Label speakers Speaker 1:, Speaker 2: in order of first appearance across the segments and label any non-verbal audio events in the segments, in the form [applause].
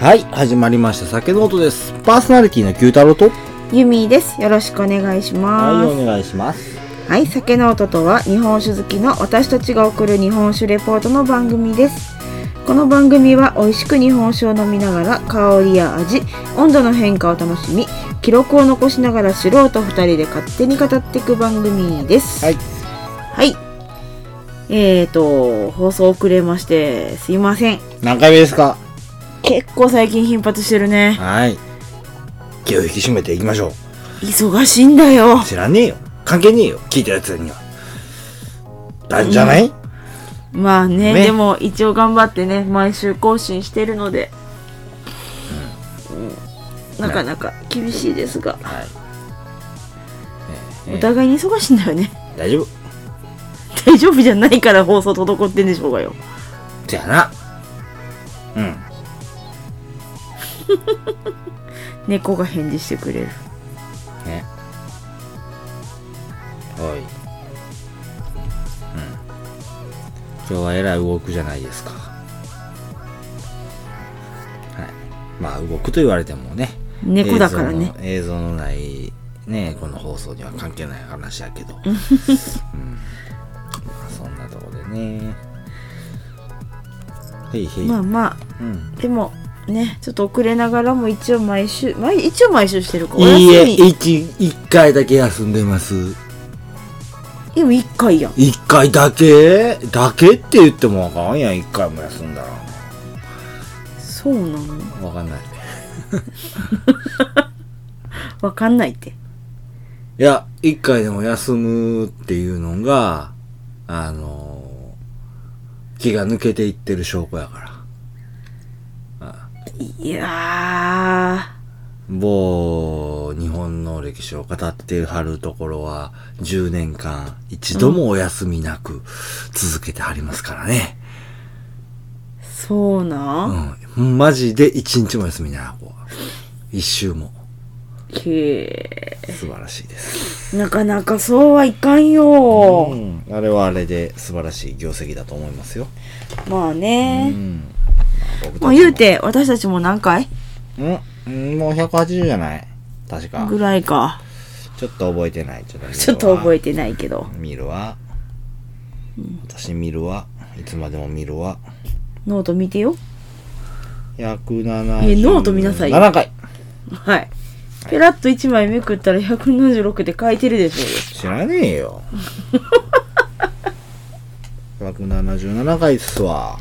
Speaker 1: はい、始まりました。酒の音です。パーソナリティの九太郎と。
Speaker 2: ユミです。よろしくお願いします。はい、
Speaker 1: お願いします。
Speaker 2: 酒の音とは日本酒好きの私たちが送る日本酒レポートの番組です。この番組は美味しく日本酒を飲みながら香りや味、温度の変化を楽しみ、記録を残しながら素人2人で勝手に語っていく番組です。
Speaker 1: はい。
Speaker 2: はい。えーと、放送遅れまして、すいません。
Speaker 1: 何回目ですか
Speaker 2: 結構最近頻発してるね。
Speaker 1: はい。気を引き締めていきましょ
Speaker 2: 忙しいんだよ
Speaker 1: う。。知らねえよ。関係ねえよ。聞いたやつには。だんじゃない、
Speaker 2: まあね
Speaker 1: ね
Speaker 2: でも一応頑張ってね毎週更新してるので、うんなかなか厳しいですが、
Speaker 1: はい。
Speaker 2: お互いに忙しいんだよね [laughs]
Speaker 1: 大丈夫。
Speaker 2: 大丈夫じゃないから放送滞ってんでしょうがよ
Speaker 1: じゃあな。うん。
Speaker 2: 猫が返事してくれる
Speaker 1: ね。はい。うん。今日はえらい動くじゃないですか。はい。まあ動くと言われてもね。
Speaker 2: 猫だからね
Speaker 1: 映像の。映像のない、ね、この放送には関係ない話やけど。うん。まあそんなとこでね。へいへい。
Speaker 2: まあま
Speaker 1: うん。
Speaker 2: あでもねちょっと遅れながらも一応毎週毎一応毎週してるから
Speaker 1: いいえ、
Speaker 2: み
Speaker 1: 一、一回だけ休んでます。
Speaker 2: でも1回やん
Speaker 1: 一回だけだけって言ってもわかんやん一回も休んだら
Speaker 2: そうなの
Speaker 1: わかんない
Speaker 2: わかんないって
Speaker 1: いや一回でも休むっていうのがあのー気が抜けていってる証拠やから
Speaker 2: いや
Speaker 1: 某日本の歴史を語ってはるところは10年間一度もお休みなく続けてはりますからね、
Speaker 2: ーそうな、
Speaker 1: うんん、マジで一日も休みなこう一周も
Speaker 2: へえ
Speaker 1: 素晴らしいです
Speaker 2: なかなかそうはいかんよ、
Speaker 1: うん、あれはあれで素晴らしい業績だと思いますよ。
Speaker 2: まあ
Speaker 1: う
Speaker 2: ね、
Speaker 1: ん。
Speaker 2: まあ言うて私たちも何回
Speaker 1: うん、もう180じゃない確か。
Speaker 2: ぐらいか
Speaker 1: ちょっと覚えてない。ちょっと
Speaker 2: ちょっと覚え
Speaker 1: て。
Speaker 2: てないけど
Speaker 1: 見るわ。私見るわ。いつまでも見るわ。
Speaker 2: ノート見てよ
Speaker 1: 170。
Speaker 2: えノート見なさいよ
Speaker 1: 7回。
Speaker 2: はいペラッと1枚めくったら176で書いてるでしょうよ
Speaker 1: 知らねえ
Speaker 2: [laughs]
Speaker 1: よ。177回っすわ。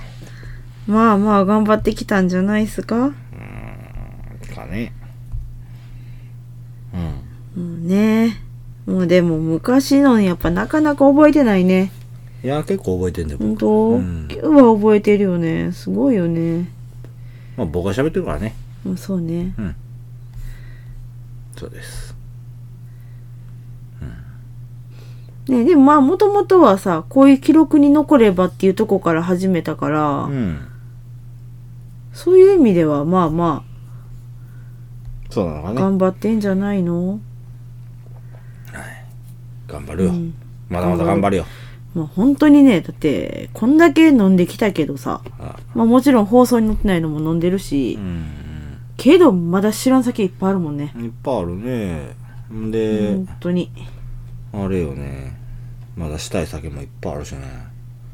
Speaker 2: まあまあ頑張ってきたんじゃないっすか、
Speaker 1: かね。うん。
Speaker 2: うん、ねもうでも昔のやっぱなかなか覚えてないね
Speaker 1: いや、結構覚えてんだよ、
Speaker 2: ほん
Speaker 1: 僕。
Speaker 2: と、
Speaker 1: うん
Speaker 2: 今日は覚えてるよねすごいよね
Speaker 1: まあ、僕が喋ってるからね。
Speaker 2: うんそうね
Speaker 1: うん。そうです。
Speaker 2: ねでもまあもともとはさこういう記録に残ればっていうとこから始めたから、
Speaker 1: うん。
Speaker 2: そういう意味ではまあま
Speaker 1: そうなのか
Speaker 2: あ
Speaker 1: ね。
Speaker 2: 頑張ってんじゃないの、
Speaker 1: 頑張るよ。
Speaker 2: うん
Speaker 1: まだまだ頑張るよ。
Speaker 2: まあ、本当にねだってこんだけ飲んできたけどさ、
Speaker 1: あ
Speaker 2: まあ、もちろん放送に載ってないのも飲んでるし、
Speaker 1: うん。
Speaker 2: けどまだ知らん先いっぱいあるもんね、
Speaker 1: いっぱいあるね。んで、
Speaker 2: 本当に
Speaker 1: あれよね。まだしたい酒もいっぱいあるしね。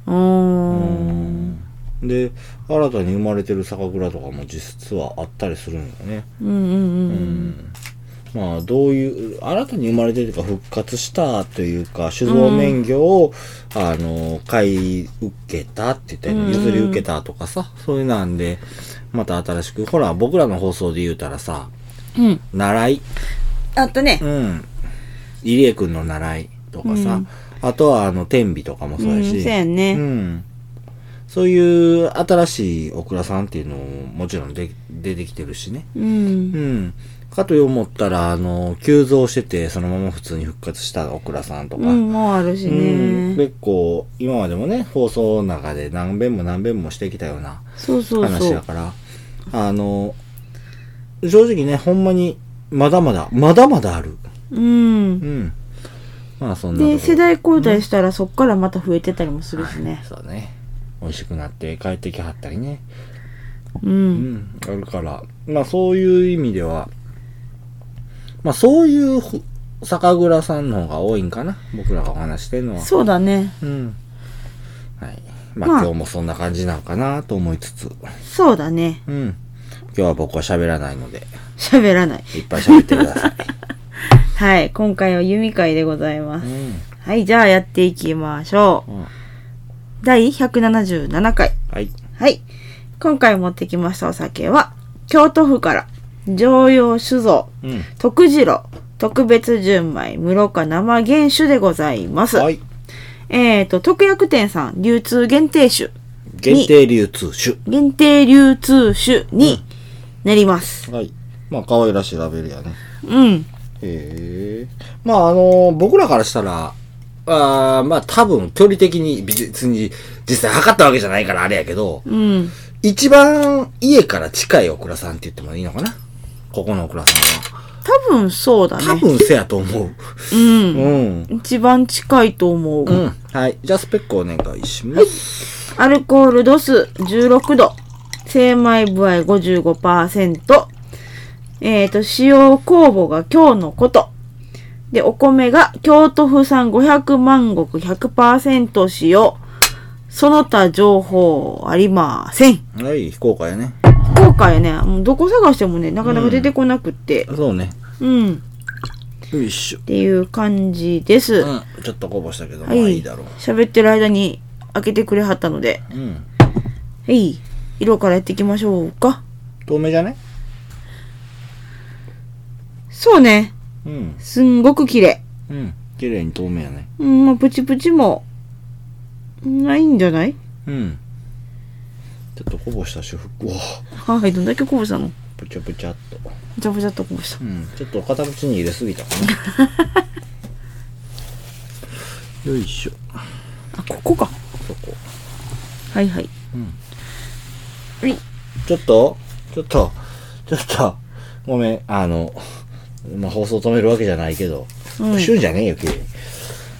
Speaker 2: うーん
Speaker 1: で、新たに生まれてる酒蔵とかも実はあったりするんよね。
Speaker 2: うんうんうん
Speaker 1: まあ、どういう、新たに生まれてるというか、復活したというか、酒造免許を、あの、買い受けたって言ったよね
Speaker 2: うん
Speaker 1: 譲り受けたとかさ、そういうなんで、また新しく、ほら、僕らの放送で言うたらさ、
Speaker 2: うん、うん、
Speaker 1: 習い、
Speaker 2: あったね
Speaker 1: うん、入江くんの習いとかさ、
Speaker 2: うん
Speaker 1: あとは、あの、天日とかもそうやし、
Speaker 2: うんそうやね
Speaker 1: うんそういう新しいオクラさんっていうのももちろんで出てきてるしね。
Speaker 2: うん、
Speaker 1: うん。かと思ったら、あの、急増してて、そのまま普通に復活したオクラさんとか。
Speaker 2: うんもうあるしね、
Speaker 1: うん結構、今までもね、放送の中で何遍も何遍もしてきたような
Speaker 2: そうそう
Speaker 1: 話
Speaker 2: そ
Speaker 1: だ
Speaker 2: う
Speaker 1: から、あの、正直ね、ほんまに、まだまだ、まだまだある。
Speaker 2: うん
Speaker 1: うん。まあ、そんなところ。
Speaker 2: で世代交代したらそっからまた増えてたりもするし
Speaker 1: は
Speaker 2: ね
Speaker 1: い、そうね。美味しくなって帰ってきはったりね。う
Speaker 2: う。
Speaker 1: んん、あるから、まあそういう意味では、まあそういうふ酒蔵さんの方が多いんかな、僕らがお話してるのは。
Speaker 2: そうだね。
Speaker 1: うん。はい。まあ、
Speaker 2: まあ
Speaker 1: 今日もそんな感じなんかなと思いつつ、
Speaker 2: そうだね。
Speaker 1: うん。今日は僕は喋らないので、
Speaker 2: 喋らない。
Speaker 1: いっぱい喋ってください。
Speaker 2: はい。今回は弓会でございます
Speaker 1: [laughs] う。ん。
Speaker 2: はい。じゃあやっていきましょう。
Speaker 1: うん
Speaker 2: 第177回。
Speaker 1: はい。
Speaker 2: はい。今回持ってきましたお酒は、京都府から、常用酒造、
Speaker 1: うん。
Speaker 2: 徳次郎、特別純米、室岡生原酒でございます。
Speaker 1: はい。
Speaker 2: えっ、と、特約店さん、流通限定酒、
Speaker 1: 限定流通種。
Speaker 2: 限定流通酒になります。
Speaker 1: はい。まあ、可愛らしいラベルやね。
Speaker 2: うん。
Speaker 1: へえ。まあ、あの僕らからしたら、あーまあ、多分、距離的に、別に、実際測ったわけじゃないからあれやけど、
Speaker 2: うん。
Speaker 1: 一番家から近いオクラさんって言ってもいいのかなここのオクラさんは。
Speaker 2: 多分そうだね。
Speaker 1: 多分せやと思う。
Speaker 2: うん。
Speaker 1: うん。
Speaker 2: 一番近いと思う。
Speaker 1: うん。はい。じゃあ、スペックお願いします。
Speaker 2: アルコール度数16度。精米部合55%。えっ、と、使用酵母が今日のこと。で、お米が京都府産500万石100%使用。その他情報ありません。
Speaker 1: はい、非公開やね。
Speaker 2: 今回ね、もうどこ探してもね、なかなか出てこなくって。
Speaker 1: そうね。
Speaker 2: うん。っ
Speaker 1: よいしょ。
Speaker 2: ていう感じです。は
Speaker 1: うん。ちょっとこぼしたけど、まあ
Speaker 2: い。
Speaker 1: いいだろう。
Speaker 2: 喋ってる間に開けてくれはったので。
Speaker 1: うん。
Speaker 2: はい。色からやっていきましょうか。
Speaker 1: 透明じゃね
Speaker 2: そうね。
Speaker 1: うん。
Speaker 2: すんごく綺麗。
Speaker 1: うん。綺麗に透明やね。
Speaker 2: うん、まあ、プチプチも、ないんじゃない
Speaker 1: うん。ちょっとこぼしたし、ふうわ
Speaker 2: はい、どんだけこぼしたの
Speaker 1: ぷちゃぷちゃっと。
Speaker 2: ぶちゃぶちゃっとこぼした
Speaker 1: う。ん。ちょっと片口に入れすぎたかな。 [laughs] よいしょ。
Speaker 2: あ、ここか。
Speaker 1: そこ。
Speaker 2: はいはい。はい。
Speaker 1: ちょっと、ちょっと、ちょっと、ごめん、あの、まあ、放送止めるわけじゃないけど、
Speaker 2: うん
Speaker 1: プシュンじゃねえよ、綺麗に。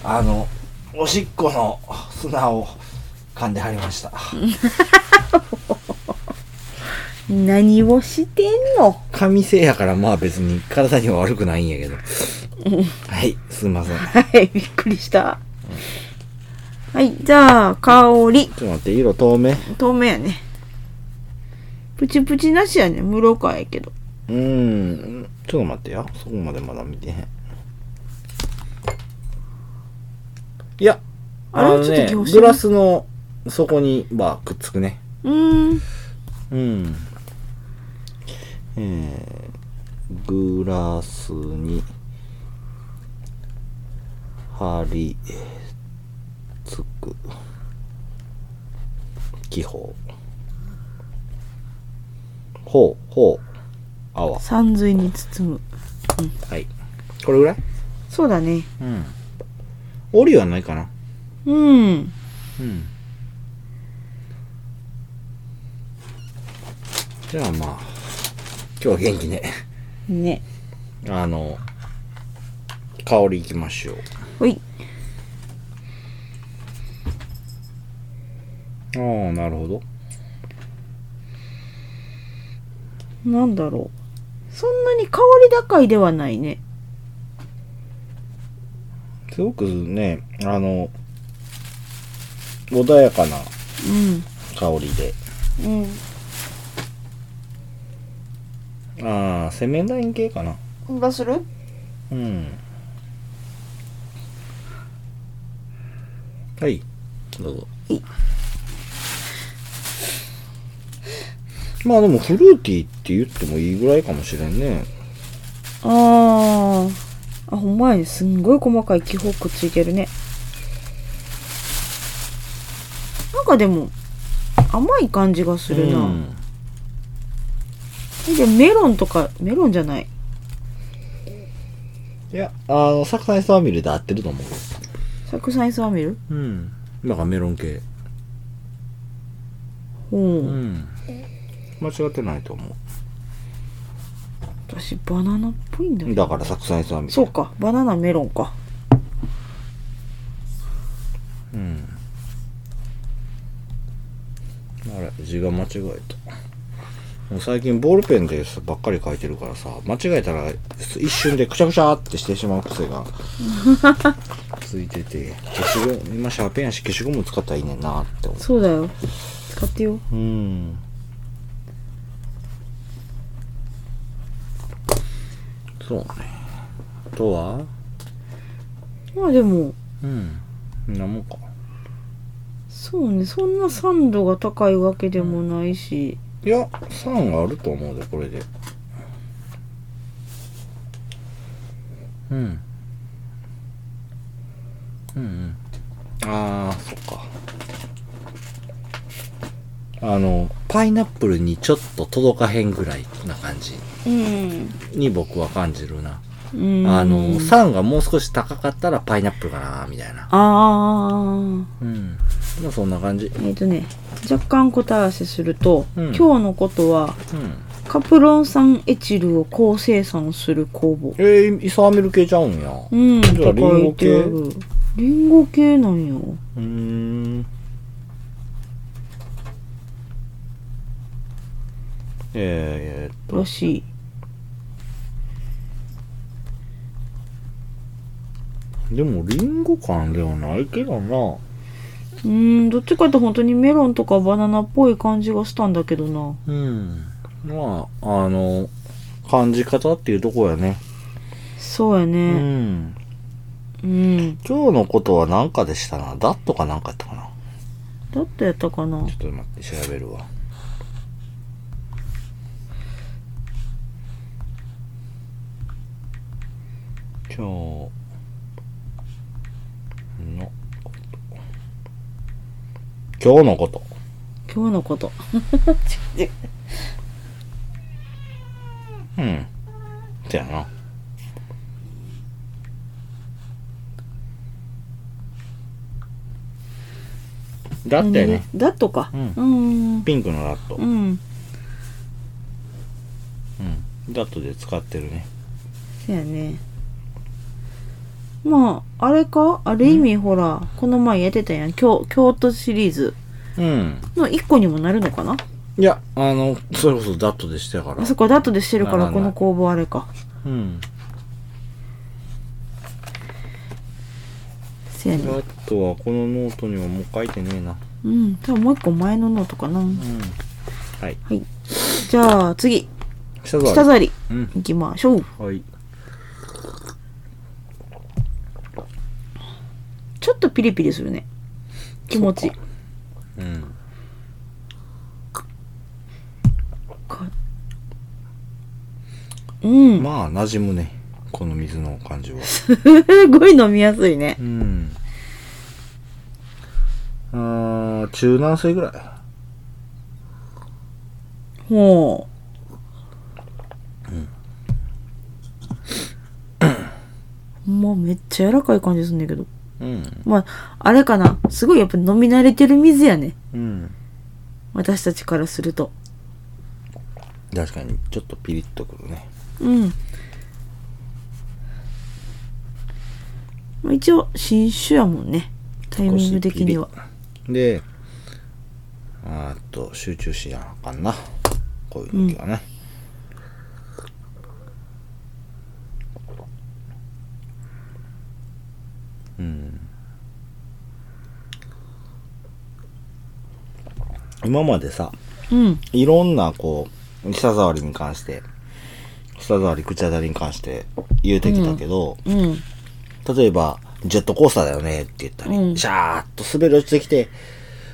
Speaker 1: あの、おしっこの砂を噛んではりました。
Speaker 2: 何をしてんの
Speaker 1: 紙製やから、まあ別に体には悪くないんやけど。はい、すいません。ちょ
Speaker 2: はい、びっくりした。はい、じゃあ、香り。
Speaker 1: っと待って、色透明。
Speaker 2: 透明やね。プチプチなしやね。無ろかやけど。
Speaker 1: うーん、ちょっと待ってよ。そこまでまだ見てへん。いや、
Speaker 2: あれ
Speaker 1: の
Speaker 2: ちょっと
Speaker 1: ね、
Speaker 2: 気持ちいい
Speaker 1: グラスの底にはくっつくね。
Speaker 2: うーん。
Speaker 1: うん。えー、グラスに、貼り、付く、気泡。ほう、ほう、泡。
Speaker 2: 山水に包む。
Speaker 1: はい。これぐらい
Speaker 2: そうだね。
Speaker 1: うん。折りはないかな
Speaker 2: うん。
Speaker 1: うん。じゃあまあ、今日は元気ね。
Speaker 2: ね。
Speaker 1: あの、香りいきましょう。
Speaker 2: ほい。
Speaker 1: ああ、なるほど。
Speaker 2: なんだろう。そんなに香り高いではないね。
Speaker 1: すごくね、あの、穏やかな香りで。
Speaker 2: うん。うん。
Speaker 1: ああ、セメンライン系かな。
Speaker 2: どうする
Speaker 1: うん。はい。どうぞ。
Speaker 2: はい
Speaker 1: まあでもフルーティーって言ってもいいぐらいかもしれんね。
Speaker 2: ああ。あ、ほんまやね。すんごい細かい気泡くっついてるね。なんかでも、甘い感じがするな。
Speaker 1: うん
Speaker 2: で、メロンとか、メロンじゃない。
Speaker 1: いや、あの、サクサイスワミルで合ってると思うよ。
Speaker 2: サクサイスワミル
Speaker 1: うん。なんかメロン系。
Speaker 2: ほう。
Speaker 1: うんん。間違ってないと思
Speaker 2: 私、バナナっぽいんだ
Speaker 1: う。
Speaker 2: よ。
Speaker 1: だからサクサイスワミル。
Speaker 2: そうか。バナナメロンか。
Speaker 1: うん。あれ、字が間違えた。もう最近ボールペンでばっかり書いてるからさ間違えたら一瞬でくちゃくちゃってしてしまう癖 [laughs] がついてて消しゴム今シャーペンやし消しゴム使ったらいいねんなって思う
Speaker 2: そうだよ使ってよ
Speaker 1: うんそうねあとは
Speaker 2: まあでも
Speaker 1: うんなんもか
Speaker 2: そうねそんな酸度が高いわけでもないし、
Speaker 1: いや3があると思うでこれでうんうんうんああそっかあのパイナップルにちょっと届かへんぐらいな感じ
Speaker 2: うん、
Speaker 1: に僕は感じるな、
Speaker 2: うん
Speaker 1: あの3がもう少し高かったらパイナップルかなみたいな
Speaker 2: あ
Speaker 1: うんまあそんな感じ
Speaker 2: あえっ、とね若干答え合わせすると、
Speaker 1: うん
Speaker 2: 今日のことは
Speaker 1: うん
Speaker 2: カプロン酸エチルを高生産する工房
Speaker 1: えー、イサーメル系ちゃうんやう
Speaker 2: うん
Speaker 1: じゃあ
Speaker 2: とか言ってあ
Speaker 1: リン
Speaker 2: るリンゴ系なんよ
Speaker 1: ーんえー、えーっと
Speaker 2: らしい
Speaker 1: でもリンゴ感ではないけどな
Speaker 2: うーんどっちかって本当にメロンとかバナナっぽい感じがしたんだけどな
Speaker 1: うんまああの感じ方っていうとこやね
Speaker 2: そうや
Speaker 1: う
Speaker 2: ね
Speaker 1: ん
Speaker 2: うん、
Speaker 1: 今日のことは何かでしたなダットかなんかやったかな
Speaker 2: だってやったかな
Speaker 1: ちょっと待って調べるわ今日のこと今日のこと
Speaker 2: 今日のこと
Speaker 1: うんそやなだってね
Speaker 2: だとか
Speaker 1: う
Speaker 2: うんんうん
Speaker 1: ピンクのラット
Speaker 2: うん
Speaker 1: うんラットで使ってるね
Speaker 2: そうやねまああれかある意味ほらこの前やってたやん京京都シリーズ
Speaker 1: うん
Speaker 2: の1個にもなるのかない
Speaker 1: やあのそれこそダットでしたから
Speaker 2: あそこだとでしてるか
Speaker 1: ならな
Speaker 2: ら
Speaker 1: い
Speaker 2: この工房あれか
Speaker 1: うん
Speaker 2: そうやね
Speaker 1: あとはこのノートにはもう書いてねえな。
Speaker 2: うん多分もう1個前のノートかな
Speaker 1: うん。はい。
Speaker 2: はいじゃあ次
Speaker 1: 下座。
Speaker 2: 舌触り
Speaker 1: うん。
Speaker 2: いきましょう
Speaker 1: はい。
Speaker 2: ちょっとピリピリするね気持ち
Speaker 1: うん。
Speaker 2: かうん
Speaker 1: まあ、馴染むね。この水の感じは。
Speaker 2: [laughs] すごい飲みやすいね
Speaker 1: うん。あー、中南生ぐらい。
Speaker 2: ほうまあめっちゃ柔らかい感じするんだけど
Speaker 1: うん。
Speaker 2: まああれかなすごいやっぱ飲み慣れてる水やね
Speaker 1: うん。
Speaker 2: 私たちからすると
Speaker 1: 確かに、ちょっとピリッとくるね。
Speaker 2: うんまあ一応新種やもんねタイミング的には
Speaker 1: で、あーっと、集中しなあかんな。こういう時はね。うん。今までさ、
Speaker 2: うん
Speaker 1: いろんなこう、舌触りに関して、舌触り、口当たりに関して言うてきたけど、
Speaker 2: うん
Speaker 1: 例えば、ジェットコースターだよねって言ったり、
Speaker 2: うん
Speaker 1: シャーッと滑り落ちてきて、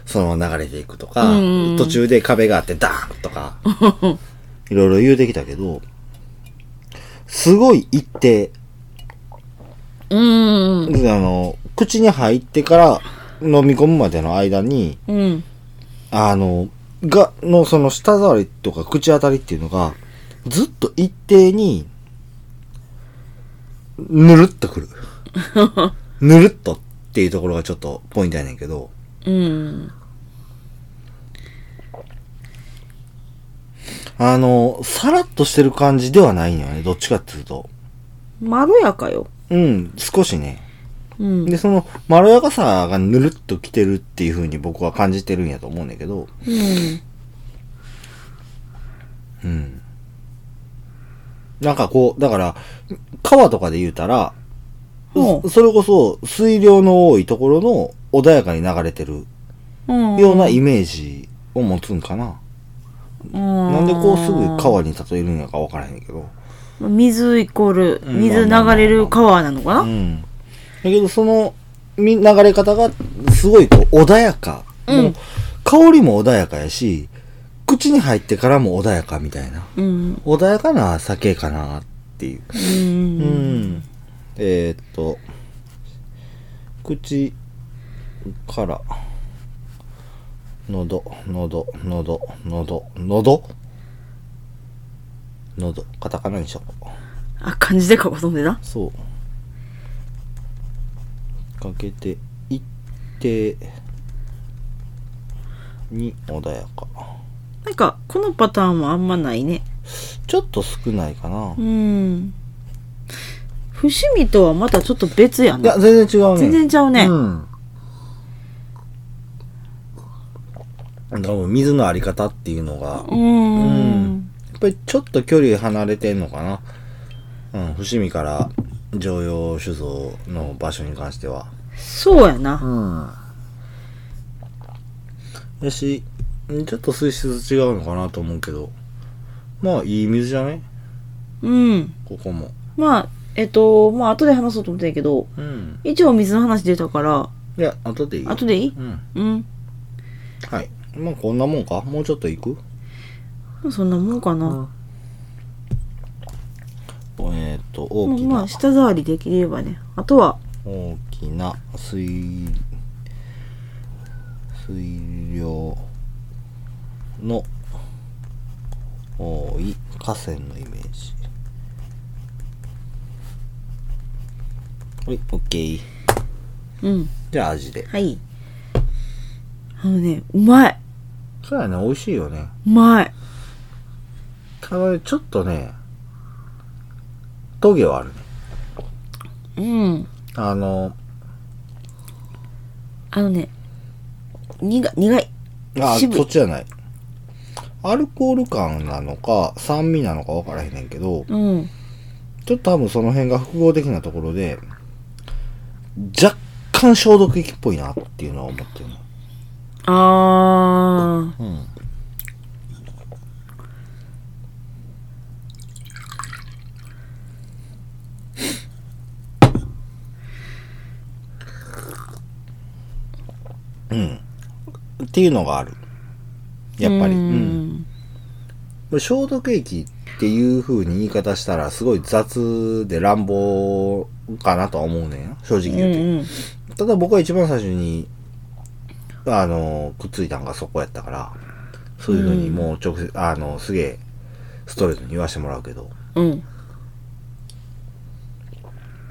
Speaker 1: そのまま流れていくとか、
Speaker 2: うん
Speaker 1: 途中で壁があってダーンと
Speaker 2: [laughs]
Speaker 1: か、いろいろ言うてきたけど、すごい一定、
Speaker 2: うん
Speaker 1: あの、口に入ってから飲み込むまでの間に、
Speaker 2: うん
Speaker 1: あの、が、のその舌触りとか口当たりっていうのが、ずっと一定に、ぬるっとくる。ぬるっとっていうところがちょっとポイントやねんけど、
Speaker 2: うん
Speaker 1: あの、さらっとしてる感じではないんよね、どっちかっていうと。
Speaker 2: まろやかよ
Speaker 1: うん、少しね。
Speaker 2: うん
Speaker 1: で、その、まろやかさがぬるっときてるっていう風に僕は感じてるんやと思うんだけど、
Speaker 2: うん
Speaker 1: うん。なんかこう、だから、川とかで言うたら、
Speaker 2: ほ
Speaker 1: それこそ水量の多いところの穏やかに流れてる
Speaker 2: う。うん。
Speaker 1: ようなイメージを持つんかな。な
Speaker 2: なん
Speaker 1: でこうすぐ川に例えるんやかわからへんけど。
Speaker 2: 水イコール、
Speaker 1: うん
Speaker 2: 水流れる川なのかな、
Speaker 1: うん。だけどそのみ流れ方がすごいこう穏やか。
Speaker 2: うん
Speaker 1: もう香りも穏やかやし、口に入ってからも穏やかみたいな。
Speaker 2: うん。
Speaker 1: 穏やかな酒かなっていう。
Speaker 2: う。
Speaker 1: うんん。えーっと、口から、喉、喉、喉、喉、喉、喉、カタカナにしよう。
Speaker 2: あ、漢字で書こうとんでな。
Speaker 1: そう。かけて、一定に穏やか。
Speaker 2: なんか、このパターンはあんまないね。
Speaker 1: ちょっと少ないかな
Speaker 2: う。ん。伏見とはまたちょっと別や
Speaker 1: いや、
Speaker 2: な。
Speaker 1: 全然違うね。
Speaker 2: 全然ちゃうね。
Speaker 1: うん。多分水のあり方っていうのが、
Speaker 2: う
Speaker 1: や
Speaker 2: ん。
Speaker 1: っぱりちょっと距離離れてんのかな。うん、伏見から常用酒造の場所に関しては。
Speaker 2: そうやな。
Speaker 1: ん。やし、ちょっと水質違うのかなと思うけど、まあいい水じゃね
Speaker 2: うん。
Speaker 1: ここも。
Speaker 2: まあ、えっと、まあ、後で話そうと思ったんやけど、
Speaker 1: うん。
Speaker 2: 一応水の話出たから、
Speaker 1: いや、後でいい。
Speaker 2: 後でいい
Speaker 1: うん。
Speaker 2: うん。
Speaker 1: はい。まあこんなもんかもうちょっと行く
Speaker 2: そんなもんかな。
Speaker 1: えっ、と、
Speaker 2: も
Speaker 1: 大
Speaker 2: う
Speaker 1: き
Speaker 2: ま
Speaker 1: な
Speaker 2: あ、、舌触りできればね。あとは、
Speaker 1: 大きな水、水量の多い河川のイメージ。はい、オッケー。
Speaker 2: うん。
Speaker 1: じゃあ味で。
Speaker 2: はい。あのね、うまい。
Speaker 1: そうやね、美味しいよね。
Speaker 2: うまい。
Speaker 1: ただ、ちょっとね、トゲはあるね。
Speaker 2: うん。
Speaker 1: あの、
Speaker 2: あのね、苦い、苦い。
Speaker 1: あ、
Speaker 2: 渋い
Speaker 1: そっちじゃない。アルコール感なのか、酸味なのか分からへんねんけど、
Speaker 2: うん。
Speaker 1: ちょっと多分その辺が複合的なところで、若干消毒液っぽいなっていうのは思ってるの。
Speaker 2: あー。
Speaker 1: うん。うん。っていうのがある。やっぱり。
Speaker 2: う
Speaker 1: うん。
Speaker 2: ん。
Speaker 1: これ消毒液っていう風に言い方したら、すごい雑で乱暴かなとは思うねん。正直
Speaker 2: うん
Speaker 1: 言うて。
Speaker 2: うん。
Speaker 1: ただ僕は一番最初に、あの、くっついたんがそこやったから、そういうのにもう直接、あの、すげえ、ストレートに言わせてもらうけど、
Speaker 2: うん。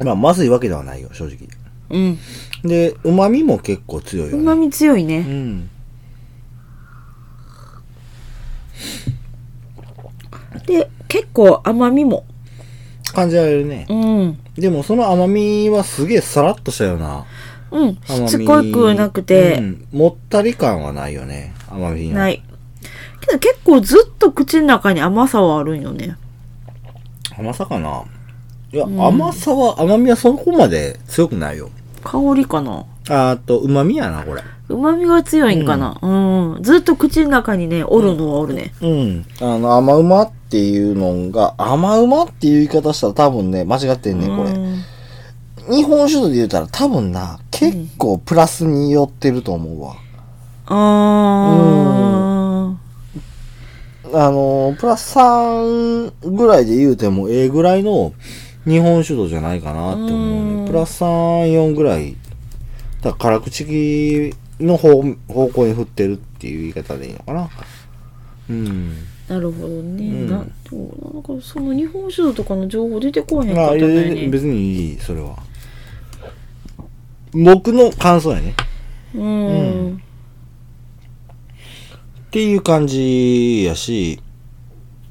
Speaker 1: まあ、まずいわけではないよ、正直。
Speaker 2: うん。
Speaker 1: で、旨味も結構強いよ、
Speaker 2: う
Speaker 1: ね。
Speaker 2: まみ強いうね。
Speaker 1: ん。
Speaker 2: で、結構甘みも。
Speaker 1: 感じられるね
Speaker 2: う。ん。
Speaker 1: でも、その甘みはすげえさらっとしたような。
Speaker 2: うん。
Speaker 1: 甘み
Speaker 2: しつこくなくて
Speaker 1: う、んもったり感はないよね、甘みの。。
Speaker 2: ないい。けど結構ずっと口の中に甘さはあるんよね。
Speaker 1: 甘さかないや、甘さは、甘みはそこまで強くないよ。
Speaker 2: 香りかな。
Speaker 1: あーっと、旨味やな、これ。
Speaker 2: 旨味が強いんかな。うん。ずっと口の中にね、おるのはおるね。
Speaker 1: うん。あの、甘馬っていうのが、甘馬っていう言い方したら多分ね、間違ってんね、これ。
Speaker 2: うん
Speaker 1: 日本酒で言うたら多分な、結構プラスに寄ってると思うわ。
Speaker 2: あ
Speaker 1: あの、プラス3ぐらいで言うても、ええぐらいの日本酒度じゃないかなって思う
Speaker 2: うん
Speaker 1: ね。プラス3、4ぐらい。だから辛口の方方向に振ってるっていう言い方でいいのかな。うん。
Speaker 2: ー。なるほどね。
Speaker 1: ん
Speaker 2: な、どうなんかその日本酒とかの情報出てこへんか
Speaker 1: ま
Speaker 2: った
Speaker 1: あ、
Speaker 2: ん
Speaker 1: い
Speaker 2: だ
Speaker 1: や
Speaker 2: よ
Speaker 1: いや
Speaker 2: ね。
Speaker 1: 別にいい、それは。僕の感想やね。
Speaker 2: うん。
Speaker 1: っていう感じやし、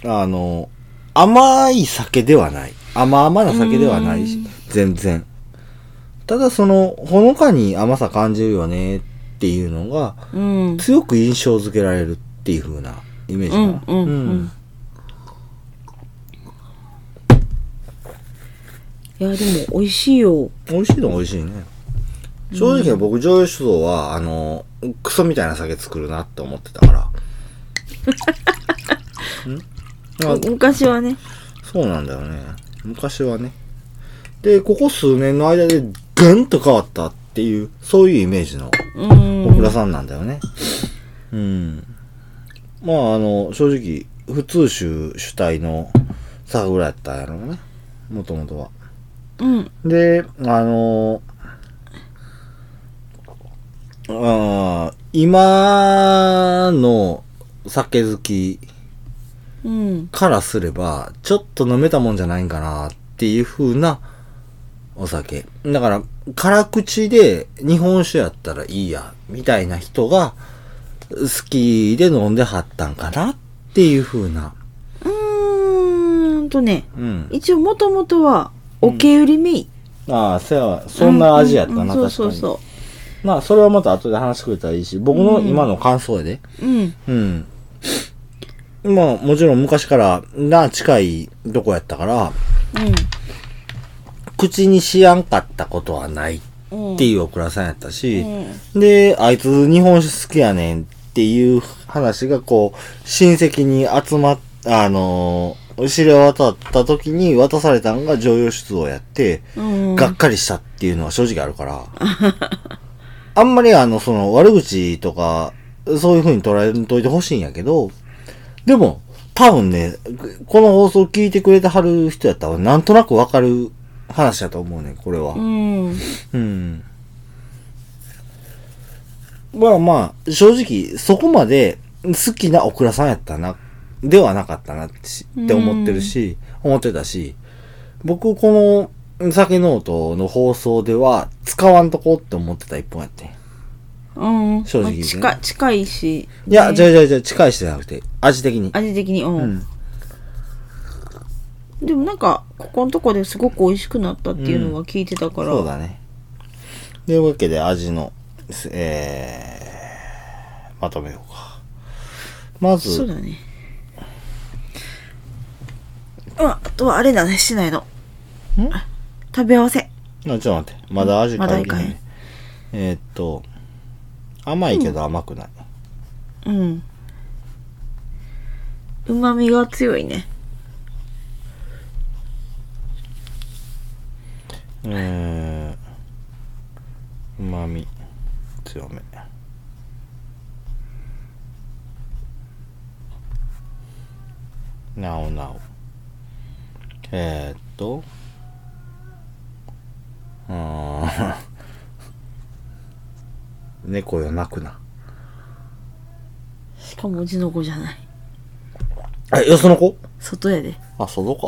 Speaker 1: あの、甘い酒ではない。甘々な酒ではないし、全然。ただその、ほのかに甘さ感じるよねっていうのが、
Speaker 2: うん。
Speaker 1: 強く印象づけられるっていう風なイメージかな。
Speaker 2: うんうんうんいや、でも、美味しいよ。
Speaker 1: 美味しいのは美味しいね。正直僕、上油酒造は、あの、クソみたいな酒作るなって思ってたから。んあ
Speaker 2: 昔はね。
Speaker 1: そうなんだよね。昔はね。で、ここ数年の間でガンと変わったっていう、そういうイメージの
Speaker 2: うん。
Speaker 1: 小倉さんなんだよね。うん。まあ、あの、正直、普通酒主体の酒蔵やったんやろうね。もともとは。
Speaker 2: うん。
Speaker 1: で、あのあー今の酒好き
Speaker 2: うん。
Speaker 1: からすれば、ちょっと飲めたもんじゃないんかなっていう風なお酒。だから、辛口で日本酒やったらいいや、みたいな人が好きで飲んではったんかなっていう風な。
Speaker 2: うーんとね、
Speaker 1: うん。
Speaker 2: 一応もともとは、おけ売りみい。
Speaker 1: ああ、せや、そんな味やったな、
Speaker 2: うんうん
Speaker 1: 確かに。
Speaker 2: そうそうそ
Speaker 1: まあ、それはまた後で話してくれたらいいし、僕の今の感想やで。
Speaker 2: う。うん。
Speaker 1: うん。まあ、もちろん昔から、な、近いとこやったから、口にしやんかったことはない
Speaker 2: うん。
Speaker 1: って
Speaker 2: う
Speaker 1: いうお倉さんやったし、
Speaker 2: ん。
Speaker 1: で、あいつ日本酒好きやねんっていう話がこう、親戚に集まっ、あのー、知れ渡った時に渡されたのが常用出をやって、
Speaker 2: うん。
Speaker 1: がっかりしたっていうのは正直あるから、 [laughs] あんまりあの、その悪口とか、そういう風に捉えといてほしいんやけど、でも、多分ね、この放送聞いてくれてはる人やったら、なんとなくわかる話だと思うねん、これは
Speaker 2: う。ん。
Speaker 1: うん。まあまあ、正直、そこまで好きなオクラさんやったな、ではなかったなってしって思ってるし、思ってたし、僕、この、酒ノートの放送では、使わんとこって思ってた一本やってん。
Speaker 2: うん。
Speaker 1: 正直言うね
Speaker 2: まあ近い、近いし。
Speaker 1: いや、
Speaker 2: ね
Speaker 1: じゃじゃじゃ近いしじゃなくて、味的に。
Speaker 2: 味的に、う。
Speaker 1: うんん。
Speaker 2: でもなんか、ここのとこですごく美味しくなったっていうのは聞いてたから。
Speaker 1: そうだね。というわけで、味の、えー、まとめようか。まず、
Speaker 2: そうだね。うん、あとはあれだね、してないの。
Speaker 1: ん
Speaker 2: 食べ合わせ。
Speaker 1: あちょっと待って。まだ味
Speaker 2: まだ
Speaker 1: 変え
Speaker 2: いかへん
Speaker 1: ない。えーっと、甘いけど甘くない。
Speaker 2: うん。うまみが強いね。
Speaker 1: えー、うまみ、強め。なおなお。えー、っと、うーん。 [laughs] 猫よ、泣くな。
Speaker 2: しかもうちの子じゃない。
Speaker 1: あ、よその子
Speaker 2: 外やで。
Speaker 1: あ、そうか。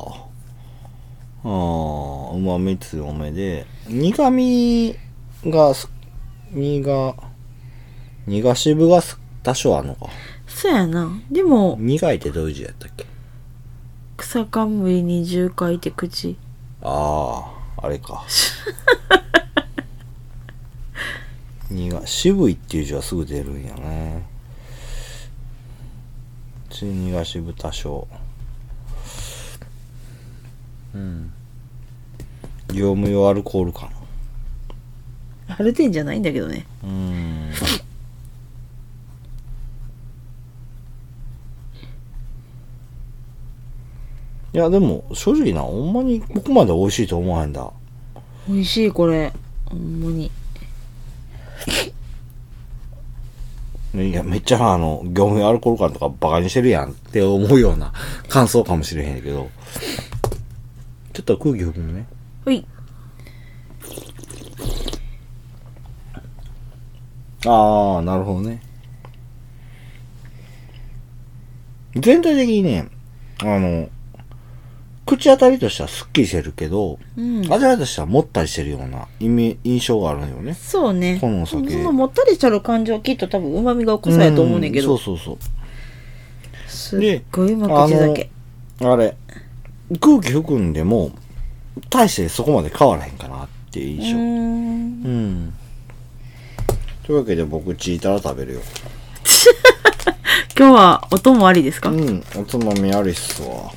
Speaker 1: ああ、うまみ強めで、苦味がす、苦、苦渋がす多少あるのか。
Speaker 2: そうやな。でも、
Speaker 1: 苦いってどういう字やったっけ
Speaker 2: 草冠に重回って口。
Speaker 1: ああ、あれか。 [laughs] 苦、渋いっていう字はすぐ出るんやね。ち苦渋多少。うん。業務用アルコールかな。
Speaker 2: 晴れてんじゃないんだけどね。
Speaker 1: うーん。いや、でも、正直な、ほんまにここまで美味しいと思わへんだ。
Speaker 2: 美味しい、これ。ほんまに。
Speaker 1: いや、めっちゃ、あの、業務用アルコール感とかバカにしてるやんって思うような感想かもしれへんけど。ちょっと空気含むね。
Speaker 2: ほい。
Speaker 1: ああ、なるほどね。全体的にね、あの、口当たりとしてはスッキリしてるけど、
Speaker 2: うん。
Speaker 1: 味わいとしてはもったりしてるようなイメ印象があるよね。
Speaker 2: そうね。
Speaker 1: このお酒
Speaker 2: そのもったりしゃる感じはきっと多分うまみがこそやと思うねんけど。
Speaker 1: そうそう
Speaker 2: すっごいうまく口だけ。
Speaker 1: そう。あれ、空気含んでも、大してそこまで変わらへんかなっていう
Speaker 2: う
Speaker 1: 印象。うん。
Speaker 2: ーん。
Speaker 1: というわけで僕、チータラ食べるよ。
Speaker 2: 今日はお供ありですか、
Speaker 1: うん、おつまみありっすわ。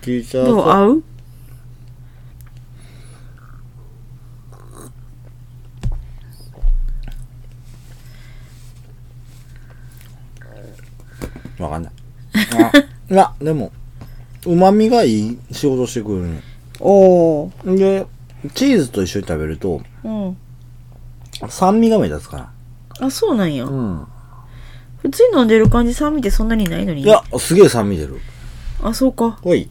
Speaker 1: チータラ
Speaker 2: どう
Speaker 1: と
Speaker 2: 合う
Speaker 1: わかんない。あな、でも、旨味がいい仕事してくる
Speaker 2: おー。
Speaker 1: の。で、チーズと一緒に食べると、
Speaker 2: うん。
Speaker 1: 酸味が目立つか
Speaker 2: あ、そうなんや。
Speaker 1: ら。うん。
Speaker 2: 普通に飲んでる感じ酸味ってそんなにないのに。
Speaker 1: いや、すげえ酸味出る。
Speaker 2: あ、そうか。
Speaker 1: ほい。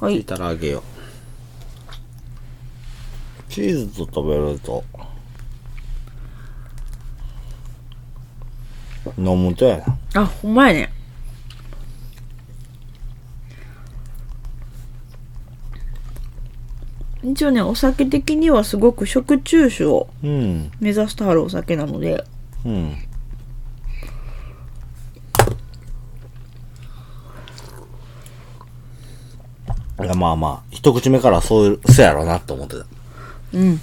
Speaker 2: はいい。
Speaker 1: たらあげよう。チーズと食べると、飲むとやな。
Speaker 2: あ、ほんまやね。一応ね、お酒的にはすごく食中酒を
Speaker 1: うん。
Speaker 2: 目指してはるお酒なので、
Speaker 1: うん。いやまあまあ、一口目からそういう、そうやろうなと思ってた。
Speaker 2: うん。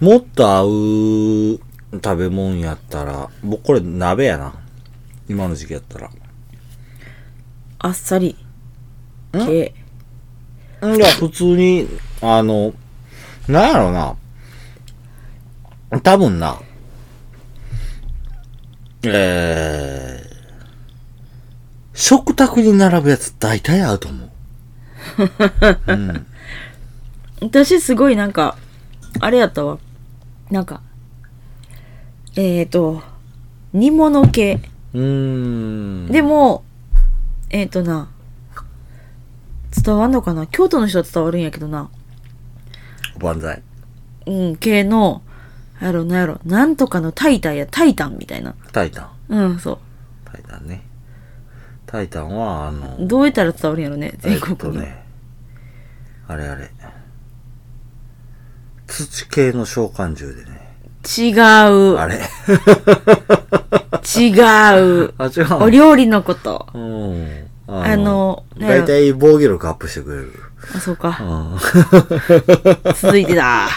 Speaker 1: もっと合う食べ物やったら、僕これ鍋やな。今の時期やったら。
Speaker 2: あっさり系。
Speaker 1: いや、普通に、あの、なんやろな。多分な。えー、食卓に並ぶやつ大体合うと思う。
Speaker 2: 私すごいなんか、あれやったわ。なんか、えーと、煮物系。
Speaker 1: うーん。
Speaker 2: でも、えっ、とな、伝わんのかな京都の人は伝わるんやけどな、
Speaker 1: 万歳。
Speaker 2: うん、系の、やろ、なんやろ、なんとかのタイタンや、タイタンみたいな。
Speaker 1: タイタン。
Speaker 2: うん、そ
Speaker 1: タイタンね。タイタンは、あの、
Speaker 2: う。どうやったら伝わるんやろね、
Speaker 1: えっ
Speaker 2: 全
Speaker 1: と
Speaker 2: 国に。
Speaker 1: ね、あれあれ。土系の召喚獣でね。
Speaker 2: 違
Speaker 1: あ
Speaker 2: う、
Speaker 1: れ
Speaker 2: 違う。
Speaker 1: あ、違うの
Speaker 2: お料理のこと。
Speaker 1: うん。
Speaker 2: あの
Speaker 1: だいたい防御力アップしてくれる。
Speaker 2: あ、そう
Speaker 1: う
Speaker 2: か。
Speaker 1: ん。
Speaker 2: [laughs] 続いてだ。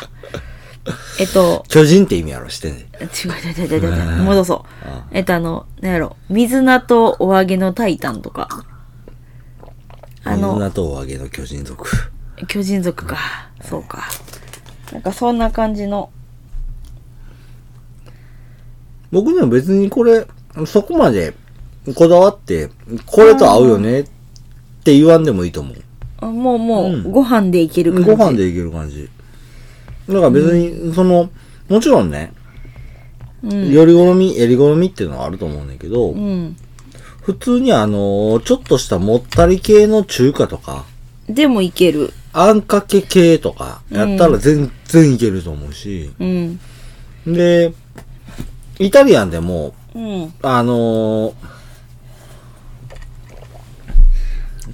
Speaker 2: えっと、
Speaker 1: 巨人って意味やろ、してんね。
Speaker 2: 違う違う違う違う違う。戻そう
Speaker 1: あ。
Speaker 2: えっと、あの、なんやろ。水菜とお揚げのタイタンとか。あの
Speaker 1: 女とお揚げの巨人族。
Speaker 2: 巨人族か。そうか。なんかそんな感じの。
Speaker 1: 僕でも別にこれ、そこまでこだわって、これと合うよねって言わんでもいいと思う。
Speaker 2: あもうも
Speaker 1: う
Speaker 2: う、
Speaker 1: ん
Speaker 2: ご飯でいける感じ。
Speaker 1: ご飯でいける感じ。だから別に、その、もちろんね、
Speaker 2: うん。
Speaker 1: より好み、えり好みっていうのはあると思うんだけど、
Speaker 2: うん。
Speaker 1: 普通にあの、ちょっとしたもったり系の中華とか、
Speaker 2: でもいける。
Speaker 1: あんかけ系とか、やったら全然いけると思うし、
Speaker 2: うん。
Speaker 1: で、イタリアンでも、
Speaker 2: うん。
Speaker 1: あのー、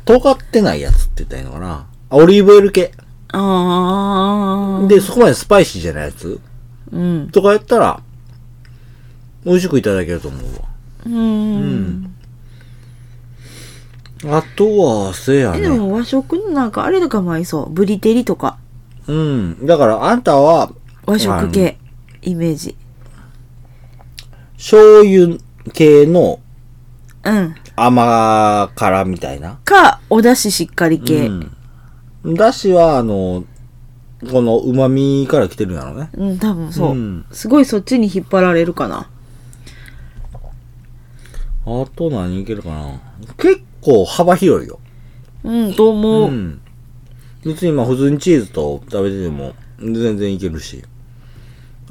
Speaker 1: 尖ってないやつって言ったらいいのかな。オリーブオイル系。
Speaker 2: ああ。
Speaker 1: で、そこまでスパイシーじゃないやつ
Speaker 2: うん。
Speaker 1: とかやったら、美味しくいただけると思う
Speaker 2: うん。
Speaker 1: わ。あとは、せや
Speaker 2: え、で
Speaker 1: ね。
Speaker 2: も和食のなんかあれとかも合いそう。ブリテリとか。
Speaker 1: うん。だから、あんたは、
Speaker 2: 和食系。イメージ。
Speaker 1: 醤油系の
Speaker 2: うん。
Speaker 1: 甘辛みたいな。
Speaker 2: か、お出汁しっかり系。
Speaker 1: うん。だしは、あの、この旨味から来てるんだろうね。
Speaker 2: うん、多分そう、
Speaker 1: うん
Speaker 2: すごいそっちに引っ張られるかな。
Speaker 1: あと何いけるかな結構幅広いよ。
Speaker 2: うん、と思う。
Speaker 1: ん。別にまあ普通にチーズと食べてても全然いけるし。い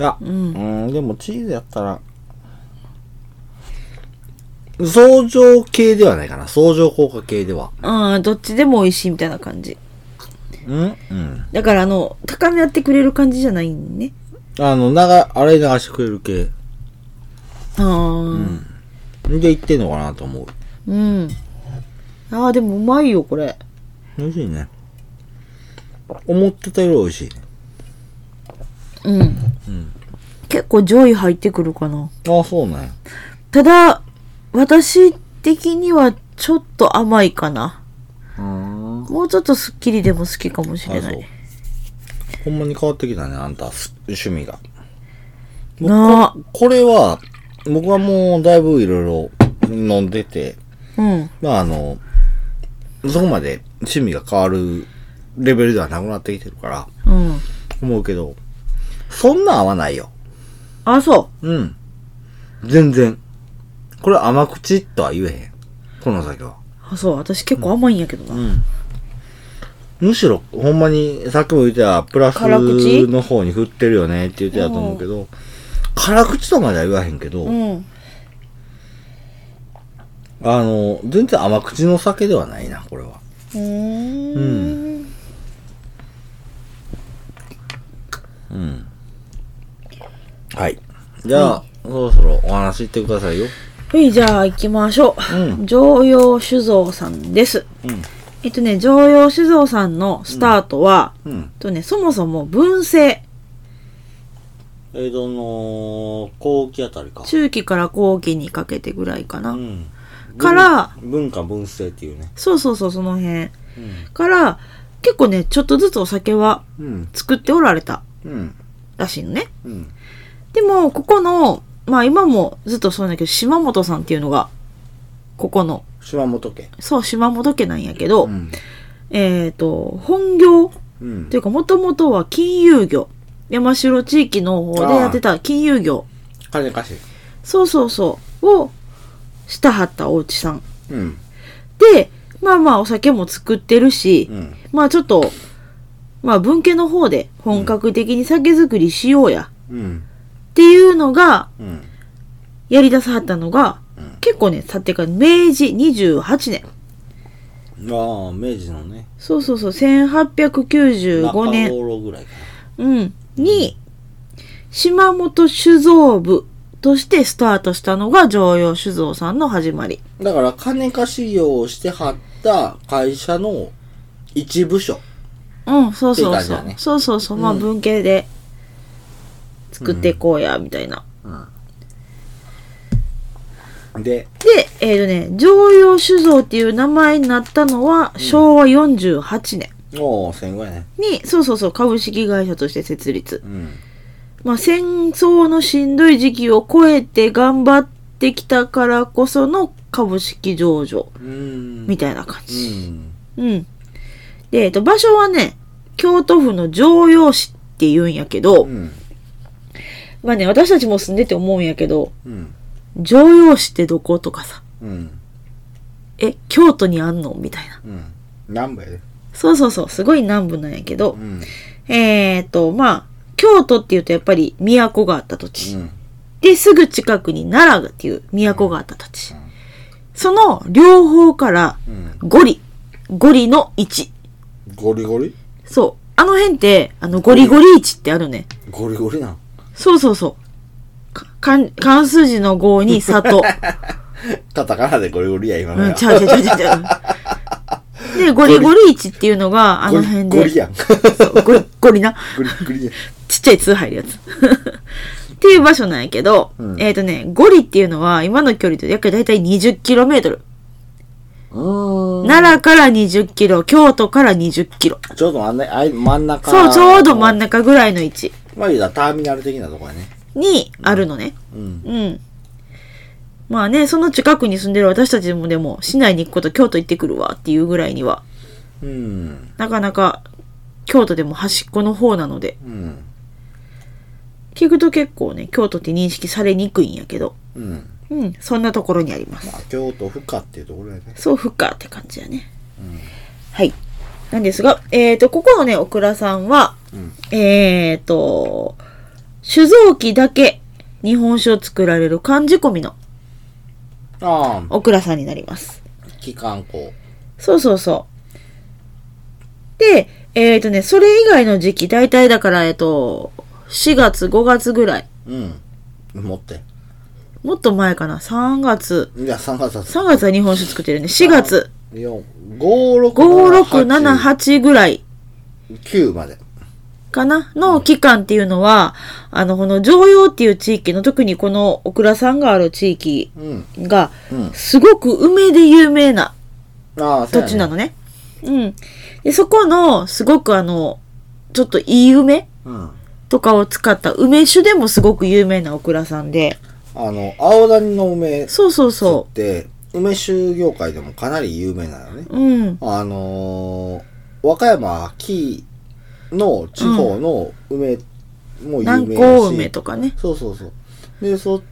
Speaker 1: や、うん、でもチーズやったら、相乗系ではないかな。相乗効果系では。
Speaker 2: ああ、どっちでも美味しいみたいな感じ。
Speaker 1: うんうん。
Speaker 2: だから、あの、高め合ってくれる感じじゃないんね。
Speaker 1: あの、長、あれ流してくれる系。
Speaker 2: ああ、うん。
Speaker 1: でいってんのかなと思う。
Speaker 2: ああ、でもうまいよ、これ。
Speaker 1: 美味しいね。思ってたより美味しいね。
Speaker 2: うん。結構上位入ってくるかな。
Speaker 1: ああ、そうなんや。
Speaker 2: ただ、私的にはちょっと甘いかな。
Speaker 1: うん。
Speaker 2: もうちょっとスッキリでも好きかもしれな
Speaker 1: あそう
Speaker 2: い。
Speaker 1: ほんまに変わってきたね、あんた、す趣味が。僕
Speaker 2: なあ
Speaker 1: はこれは、僕はもうだいぶいろいろ飲んでて、
Speaker 2: うん。
Speaker 1: まああの、そこまで趣味が変わるレベルではなくなってきてるから、
Speaker 2: うん。
Speaker 1: 思うけど、そんな合わないよ。
Speaker 2: あ、そ
Speaker 1: うん。全然。これ甘口とは言えへん。このお酒は。
Speaker 2: あそう私結構甘いんやけどな、
Speaker 1: むしろ、ほんまに、さっきも言ってた、プラス
Speaker 2: 辛口
Speaker 1: の方に振ってるよねって言ってたと思うけど、辛口とまでは言わへんけど、
Speaker 2: うん、
Speaker 1: あの、全然甘口の酒ではないな、これは。
Speaker 2: うーん
Speaker 1: はい。じゃあ、そろそろお話しってくださいよ。
Speaker 2: はい、じゃあ行きましょう。
Speaker 1: う
Speaker 2: 常陽酒造さんです。
Speaker 1: うん
Speaker 2: えっとね、常陽酒造さんのスタートは、
Speaker 1: う
Speaker 2: え
Speaker 1: ん
Speaker 2: っ。とね、そもそも文政、
Speaker 1: 江戸の後期あたりか
Speaker 2: 中期から後期にかけてぐらいかな。
Speaker 1: ん。
Speaker 2: から
Speaker 1: 文化文政っていうね。
Speaker 2: そうそうそう、その辺。から、結構ね、ちょっとずつお酒は
Speaker 1: うん。
Speaker 2: 作っておられた
Speaker 1: うん。
Speaker 2: らしいのね。
Speaker 1: うん。
Speaker 2: でも、ここの、まあ今もずっとそうなんだけど、島本さんっていうのが、ここの、
Speaker 1: 島本家。
Speaker 2: そう、島本家なんやけど、
Speaker 1: ん。
Speaker 2: えっ、と、本業
Speaker 1: うん
Speaker 2: とい。うか、もともとは金融業。山城地域の方でやってた金融業。
Speaker 1: 金貸し。
Speaker 2: そうそうそう。をしたはったお家さん。
Speaker 1: うん。
Speaker 2: で、まあまあお酒も作ってるし、
Speaker 1: うん。
Speaker 2: まあちょっと、まあ文家の方で本格的に酒造りしようや。
Speaker 1: うん。
Speaker 2: っていうのが、
Speaker 1: うん。
Speaker 2: やり出さはったのが、結構ね、さってから明治28年。
Speaker 1: ああ、明治のね。
Speaker 2: そうそうそう、1895
Speaker 1: 中
Speaker 2: 年。
Speaker 1: 頃ぐらいか
Speaker 2: うん。に、島本酒造部としてスタートしたのが常陽酒造さんの始まり。
Speaker 1: な。だから、金貸し業をしてはった会社の一部署。
Speaker 2: うん、そ
Speaker 1: っ
Speaker 2: うそ
Speaker 1: ていう
Speaker 2: う
Speaker 1: 感じ
Speaker 2: そ
Speaker 1: だ
Speaker 2: う。
Speaker 1: ね
Speaker 2: そうそうそう、まあ文系で作っていこうや、みたいな。
Speaker 1: で、
Speaker 2: で、えっ、とね、常陽酒造っていう名前になったのは昭和48年
Speaker 1: おお、戦後やね。
Speaker 2: に、そうそうそう、株式会社として設立
Speaker 1: う。ん。
Speaker 2: まあ戦争のしんどい時期を超えて頑張ってきたからこその株式上場、
Speaker 1: うん。
Speaker 2: みたいな感
Speaker 1: う
Speaker 2: じ。
Speaker 1: ん。
Speaker 2: うん。で、えっ、と、場所はね、京都府の常陽市って言うんやけど、
Speaker 1: うん。
Speaker 2: まあね、私たちも住んでて思うんやけど、
Speaker 1: うん。
Speaker 2: 常用市ってどことかさ、
Speaker 1: うん。
Speaker 2: え、京都にあんのみたいな。
Speaker 1: うん。南部やで。
Speaker 2: そうそうそう、すごい南部なんやけど
Speaker 1: う、ん。
Speaker 2: えーと、まあ、京都っていうとやっぱり都があった土地。
Speaker 1: うん。
Speaker 2: で、すぐ近くに奈良っていう都があった土地。その両方から
Speaker 1: うん。
Speaker 2: ゴリ、ゴリの位置。
Speaker 1: ゴリゴリ
Speaker 2: そう。あの辺って、あの、ゴリゴリ位置ってあるね。
Speaker 1: ゴリゴリなん。
Speaker 2: そうそうそう。か漢漢数字の5に里。
Speaker 1: [laughs] カタカナでゴリゴリや、今の
Speaker 2: うん、
Speaker 1: や。
Speaker 2: ちゃうちゃうちゃうちゃう。で、ゴリゴリ市っていうのが、あ
Speaker 1: ゴ
Speaker 2: の
Speaker 1: リ
Speaker 2: 辺で。
Speaker 1: ゴリやん。
Speaker 2: そうゴリゴリな。
Speaker 1: ゴリゴリやん。
Speaker 2: ちっちゃい通入るやつ。 [laughs] っていう場所なんやけど、
Speaker 1: うん
Speaker 2: えっ、とね、ゴリっていうのは、今の距離と約だいたい 20km。
Speaker 1: うーん。
Speaker 2: 奈良から20キロ、京都から20キロ。
Speaker 1: ちょうどあんな、あい真ん中。
Speaker 2: そう、ちょうど真ん中ぐらいの位置
Speaker 1: まあ言うたらターミナル的なとこやね。
Speaker 2: にあるのね。
Speaker 1: うん。
Speaker 2: うん。まあね、その近くに住んでる私たちもでも、市内に行くこと京都行ってくるわっていうぐらいには、
Speaker 1: うん。
Speaker 2: なかなか京都でも端っこの方なので、
Speaker 1: うん。
Speaker 2: 聞くと結構ね、京都って認識されにくいんやけど、
Speaker 1: うん。
Speaker 2: うん、そんなところにあります
Speaker 1: ま。あ京都府下っていうところやね。
Speaker 2: そう、ふっかって感じやね。はい。なんですが、えっ、と、ここのね、オクラさんは、
Speaker 1: うん
Speaker 2: えっ、と、酒造機だけ日本酒を作られる漢字込みの
Speaker 1: ああ、
Speaker 2: オクラさんになります。
Speaker 1: 機関校。
Speaker 2: そうそうそう。で、えっ、とね、それ以外の時期、大体だから、えっ、と、4月、5月ぐらい。
Speaker 1: うん。持って。
Speaker 2: もっと前かな、3月。
Speaker 1: いや、3月だ。
Speaker 2: 3月は日本酒作ってるね。4月、
Speaker 1: 4、5、6、
Speaker 2: 5、6、7、
Speaker 1: 7、8、
Speaker 2: 8ぐらい
Speaker 1: 9まで。
Speaker 2: かなの期間っていうのは、あの、この常用っていう地域の、特にこの小倉さんがある地域
Speaker 1: うん。
Speaker 2: が、
Speaker 1: うん。
Speaker 2: すごく梅で有名な
Speaker 1: ああ、そうや
Speaker 2: 土
Speaker 1: ね
Speaker 2: 地な。のね。うん。で、そこの、すごくあの、ちょっといい梅
Speaker 1: うん。
Speaker 2: とかを使った梅酒でもすごく有名な小倉さんで、
Speaker 1: あの、青谷の梅っ
Speaker 2: そうそうそ
Speaker 1: て、梅酒業界でもかなり有名なのね。
Speaker 2: う。うん。
Speaker 1: あのー、和歌山、紀伊の地方の梅も有名だし、
Speaker 2: 南高梅とかね。
Speaker 1: そうそうそう。で、そっ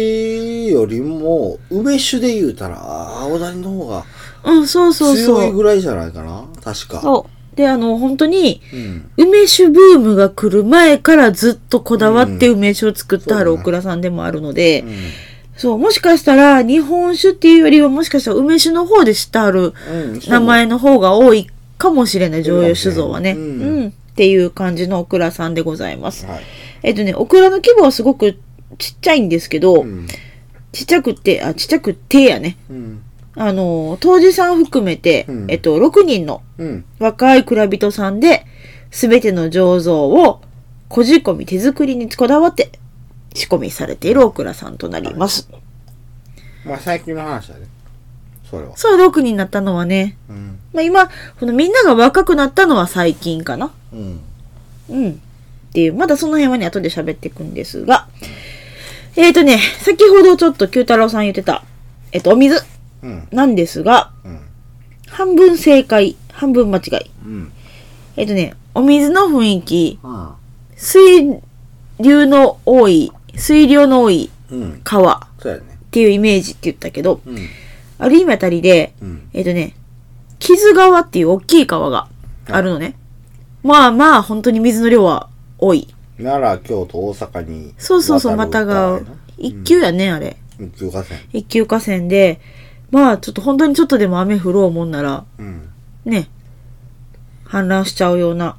Speaker 1: ちよりも、梅酒で言うたら、青谷の方が
Speaker 2: うん、そうそう
Speaker 1: 強
Speaker 2: そ。
Speaker 1: いうぐらいじゃないかな確か。
Speaker 2: そう。で、あの、本当に、
Speaker 1: うん。
Speaker 2: 梅酒ブームが来る前からずっとこだわって梅酒を作ってある
Speaker 1: そう
Speaker 2: オ
Speaker 1: だね
Speaker 2: クラさんでもあるので、
Speaker 1: うん。
Speaker 2: そう、もしかしたら日本酒っていうよりはもしかしたら梅酒の方で知ってある
Speaker 1: うん
Speaker 2: 名前の方が多いかもしれない、常用酒造はね。う、
Speaker 1: うんん
Speaker 2: っていう感じのオクラさんでございます。
Speaker 1: はい。
Speaker 2: えっとね、オクラの規模はすごくちっちゃいんですけど、
Speaker 1: うん。
Speaker 2: ちっちゃくて、あ、ちっちゃくてやね。
Speaker 1: うん。
Speaker 2: あの、当時さん含めて、
Speaker 1: うん
Speaker 2: えっと、6人の
Speaker 1: うん。
Speaker 2: 若い蔵人さんで、すべての醸造を、こじ込み手作りにこだわって、仕込みされている大倉さんとなります。
Speaker 1: まあ、最近の話だね。それは。
Speaker 2: そう、6人になったのはね、
Speaker 1: うん。
Speaker 2: まあ今、このみんなが若くなったのは最近かな。
Speaker 1: うん。
Speaker 2: うん。っていう、まだその辺はね、後で喋っていくんですが、えーとね、先ほどちょっと九太郎さん言ってた、えっと、お水
Speaker 1: うん。
Speaker 2: なんですが、
Speaker 1: うん。
Speaker 2: 半分正解、半分間違い。
Speaker 1: うん。
Speaker 2: えっとね、お水の雰囲気、
Speaker 1: あ
Speaker 2: 水流の多い、水量の多い
Speaker 1: あうん。
Speaker 2: 川っ
Speaker 1: そうやね。
Speaker 2: ていうイメージって言ったけど、
Speaker 1: うん。
Speaker 2: ある意味あたりで、
Speaker 1: うん。
Speaker 2: えっとね、木津川っていう大きい川があるのね。まあまあ、本当に水の量は多い。
Speaker 1: 奈良、京都、大阪に。
Speaker 2: そうそうそう、ま
Speaker 1: 渡
Speaker 2: た
Speaker 1: る
Speaker 2: が
Speaker 1: みたいな、
Speaker 2: 一級やね、あれ。
Speaker 1: うん一級河川。
Speaker 2: 一級河川で、まあ、ちょっと本当にちょっとでも雨降ろうもんなら、
Speaker 1: うん。
Speaker 2: ね、氾濫しちゃうような、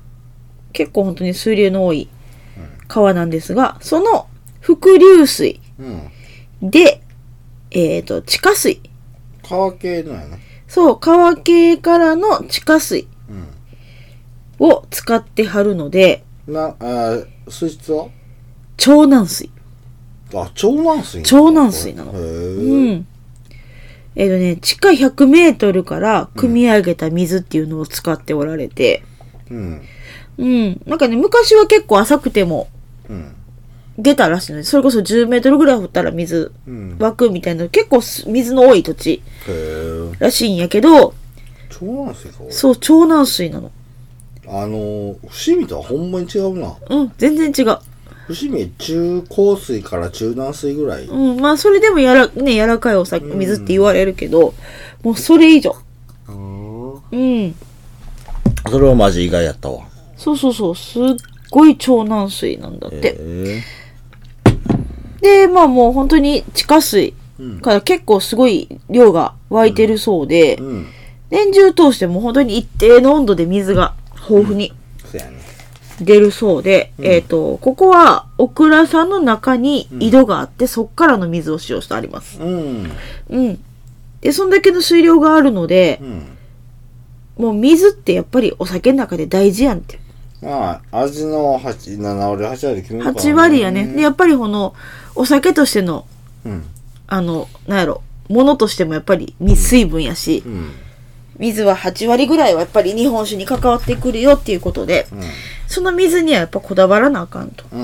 Speaker 2: 結構本当に水流の多い川なんですが、その伏流水
Speaker 1: うん。
Speaker 2: で、えっ、と、地下水。
Speaker 1: 川系のやね。
Speaker 2: そう、川系からの地下水
Speaker 1: う
Speaker 2: を使ってはるので、
Speaker 1: ん。な、あー水質は
Speaker 2: 長南水。
Speaker 1: あ、長南水
Speaker 2: 長南水なの
Speaker 1: へえ。
Speaker 2: う
Speaker 1: うん。
Speaker 2: ん。えっ、とね、地下100メートルから汲み上げた水っていうのを使っておられて、
Speaker 1: うん。
Speaker 2: うん。なんかね、昔は結構浅くても
Speaker 1: うん。
Speaker 2: 出たらしいので、それこそ10メートルぐらい掘ったら水
Speaker 1: うん。
Speaker 2: 湧くみたいな、結構す水の多い土地
Speaker 1: へえ。
Speaker 2: らしいんやけど、
Speaker 1: 長南水か
Speaker 2: そう、長南水なの。
Speaker 1: あのー、伏見とはほんまに違うな。
Speaker 2: うん、全然違う。
Speaker 1: 伏見中高水から中南水ぐらい。
Speaker 2: うん、まあ、それでもやら、ね、柔らかいお酒、
Speaker 1: うん
Speaker 2: 水って言われるけど、もうそれ以上。
Speaker 1: うん。
Speaker 2: うん。
Speaker 1: それはマジ意外やったわ。
Speaker 2: そうそうそう、すっごい長南水なんだっ
Speaker 1: へ
Speaker 2: て。
Speaker 1: え。
Speaker 2: で、まあもう本当に地下水
Speaker 1: うん。
Speaker 2: から結構すごい量が湧いてるそうで
Speaker 1: う、ん。
Speaker 2: 年中通してもう本当に一定の温度で水が豊富に
Speaker 1: そうやね。
Speaker 2: 出るそうで、
Speaker 1: うん
Speaker 2: えっ、と、ここはオクラさんの中に井戸があって、そっからの水を使用してあります。
Speaker 1: うん。
Speaker 2: うん。で、そんだけの水量があるので
Speaker 1: う、ん。
Speaker 2: もう水ってやっぱりお酒の中で大事やんって。
Speaker 1: まあ、味の8、7割、8割決めるから
Speaker 2: 8割やね。で、やっぱりこの、お酒としての、
Speaker 1: うん。
Speaker 2: あの、なんやろ、ものとしてもやっぱり水水分やし
Speaker 1: う、ん。
Speaker 2: 水は8割ぐらいはやっぱり日本酒に関わってくるよっていうことで、
Speaker 1: うん。
Speaker 2: その水にはやっぱこだわらなあかんと。
Speaker 1: うん。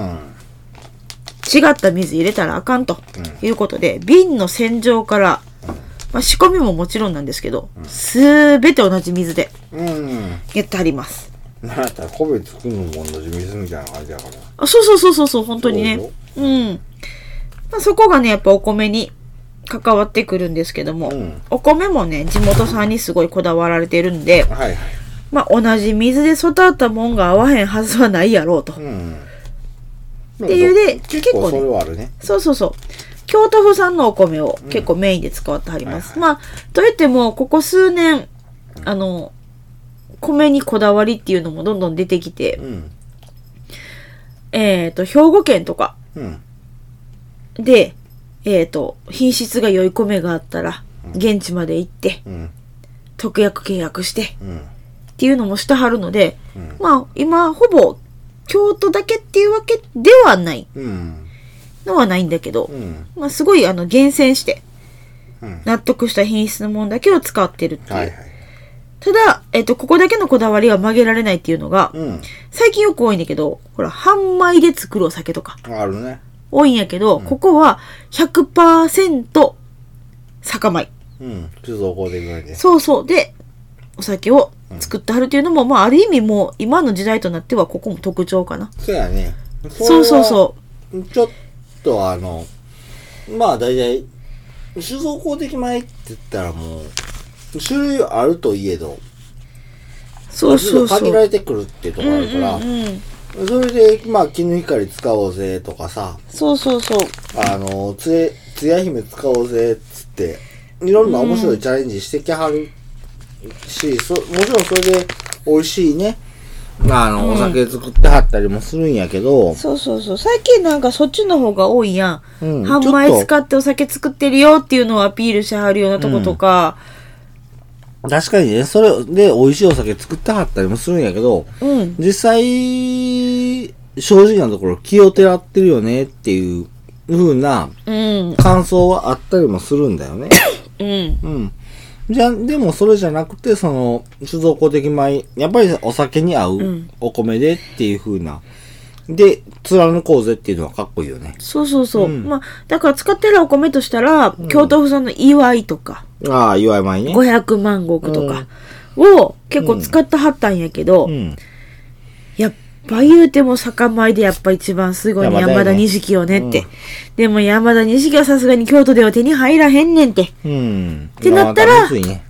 Speaker 2: 違った水入れたらあかんと
Speaker 1: う
Speaker 2: いうことで、瓶の洗浄から、まあ、仕込みももちろんなんですけど、すべて同じ水で
Speaker 1: うん。
Speaker 2: やってあります。
Speaker 1: なんやったら米作るのも同じ水みたいな感じやから。
Speaker 2: あそうそうそうそうそう、本当にね
Speaker 1: そうよ。
Speaker 2: うん。まあ、そこがね、やっぱお米に関わってくるんですけども、
Speaker 1: うん
Speaker 2: お米もね、地元産にすごいこだわられてるんで、
Speaker 1: はいはい。
Speaker 2: まあ、同じ水で育ったもんが合わへんはずはないやろうと。
Speaker 1: うん。って
Speaker 2: いうね
Speaker 1: 結構
Speaker 2: 結構ね
Speaker 1: それはあるね。
Speaker 2: そうそうそう。京都府産のお米を結構メインで使わってはります。
Speaker 1: うん
Speaker 2: まあ、といっても、ここ数年、あの、米にこだわりっていうのもどんどん出てきて
Speaker 1: う、ん。
Speaker 2: えっ、と、兵庫県とか
Speaker 1: うん。
Speaker 2: で、えっ、と、品質が良い米があったら、現地まで行って、
Speaker 1: うん。
Speaker 2: 特約契約して、
Speaker 1: うん。
Speaker 2: っていうのもしてはるので、
Speaker 1: うん
Speaker 2: まあ、今、ほぼ、京都だけっていうわけではない
Speaker 1: うん。
Speaker 2: のはないんだけど
Speaker 1: う、ん。
Speaker 2: まあ、すごい、あの、厳選して、
Speaker 1: うん。
Speaker 2: 納得した品質のものだけを使ってるっていう。
Speaker 1: はいはい。
Speaker 2: ただ、えっと、ここだけのこだわりは曲げられないっていうのが、
Speaker 1: うん。
Speaker 2: 最近よく多いんだけど、ほら、販売で作るお酒とか、
Speaker 1: あるね。
Speaker 2: 多いんやけど、ここは100%酒米。
Speaker 1: うん。貯蔵庫でぐらいで。
Speaker 2: そうそう。で、お酒を作ってはるっていうのも、まあ、ある意味もう、今の時代となっては、ここも特徴かな。
Speaker 1: そうやね。
Speaker 2: そうそ
Speaker 1: そ
Speaker 2: うそう。
Speaker 1: う。ちょっとあの、まあ大体、酒造公的米って言ったらもう、種類はあるといえど、
Speaker 2: そうそうそ
Speaker 1: 限ら
Speaker 2: う。
Speaker 1: れてくるっていうところあるから、
Speaker 2: うんうん、
Speaker 1: それで、まあ、絹光使おうぜとかさ、
Speaker 2: そうそうそう。
Speaker 1: あの、つえ、つや姫使おうぜっつって、いろんな面白いチャレンジしてきはるし、そもちろんそれで美味しいね、あの、お酒作ってはったりもするんやけど、
Speaker 2: そうそうそう。最近なんかそっちの方が多いやん。
Speaker 1: うん
Speaker 2: 販
Speaker 1: ちょっ
Speaker 2: 売
Speaker 1: と
Speaker 2: 使ってお酒作ってるよっていうのをアピールしはるようなとことか。
Speaker 1: 確かにね、それで美味しいお酒作ってはったりもするんやけど、
Speaker 2: うん。
Speaker 1: 実際、正直なところ気をてらってるよねっていう風な
Speaker 2: うん。
Speaker 1: 感想はあったりもするんだ
Speaker 2: [coughs]
Speaker 1: よね。
Speaker 2: うん。
Speaker 1: うん。じゃ、でもそれじゃなくて、その、酒造公的米、やっぱりお酒に合うお米でっていう風な。で、貫こうぜっていうのはかっこいいよね。
Speaker 2: そうそうそう。
Speaker 1: うん
Speaker 2: まあ、だから使ってるお米としたら、京都府産の祝いとか、
Speaker 1: ああ、祝い米ね。
Speaker 2: 500万石とかを結構使ってはったんやけど、
Speaker 1: うん。
Speaker 2: やっぱ言うても酒米でやっぱ一番すごいの
Speaker 1: 山田よね
Speaker 2: 山田錦よねって。
Speaker 1: うん
Speaker 2: でも山田錦はさすがに京都では手に入らへんねんって。
Speaker 1: うん。
Speaker 2: てなったら
Speaker 1: まあまあ熱いね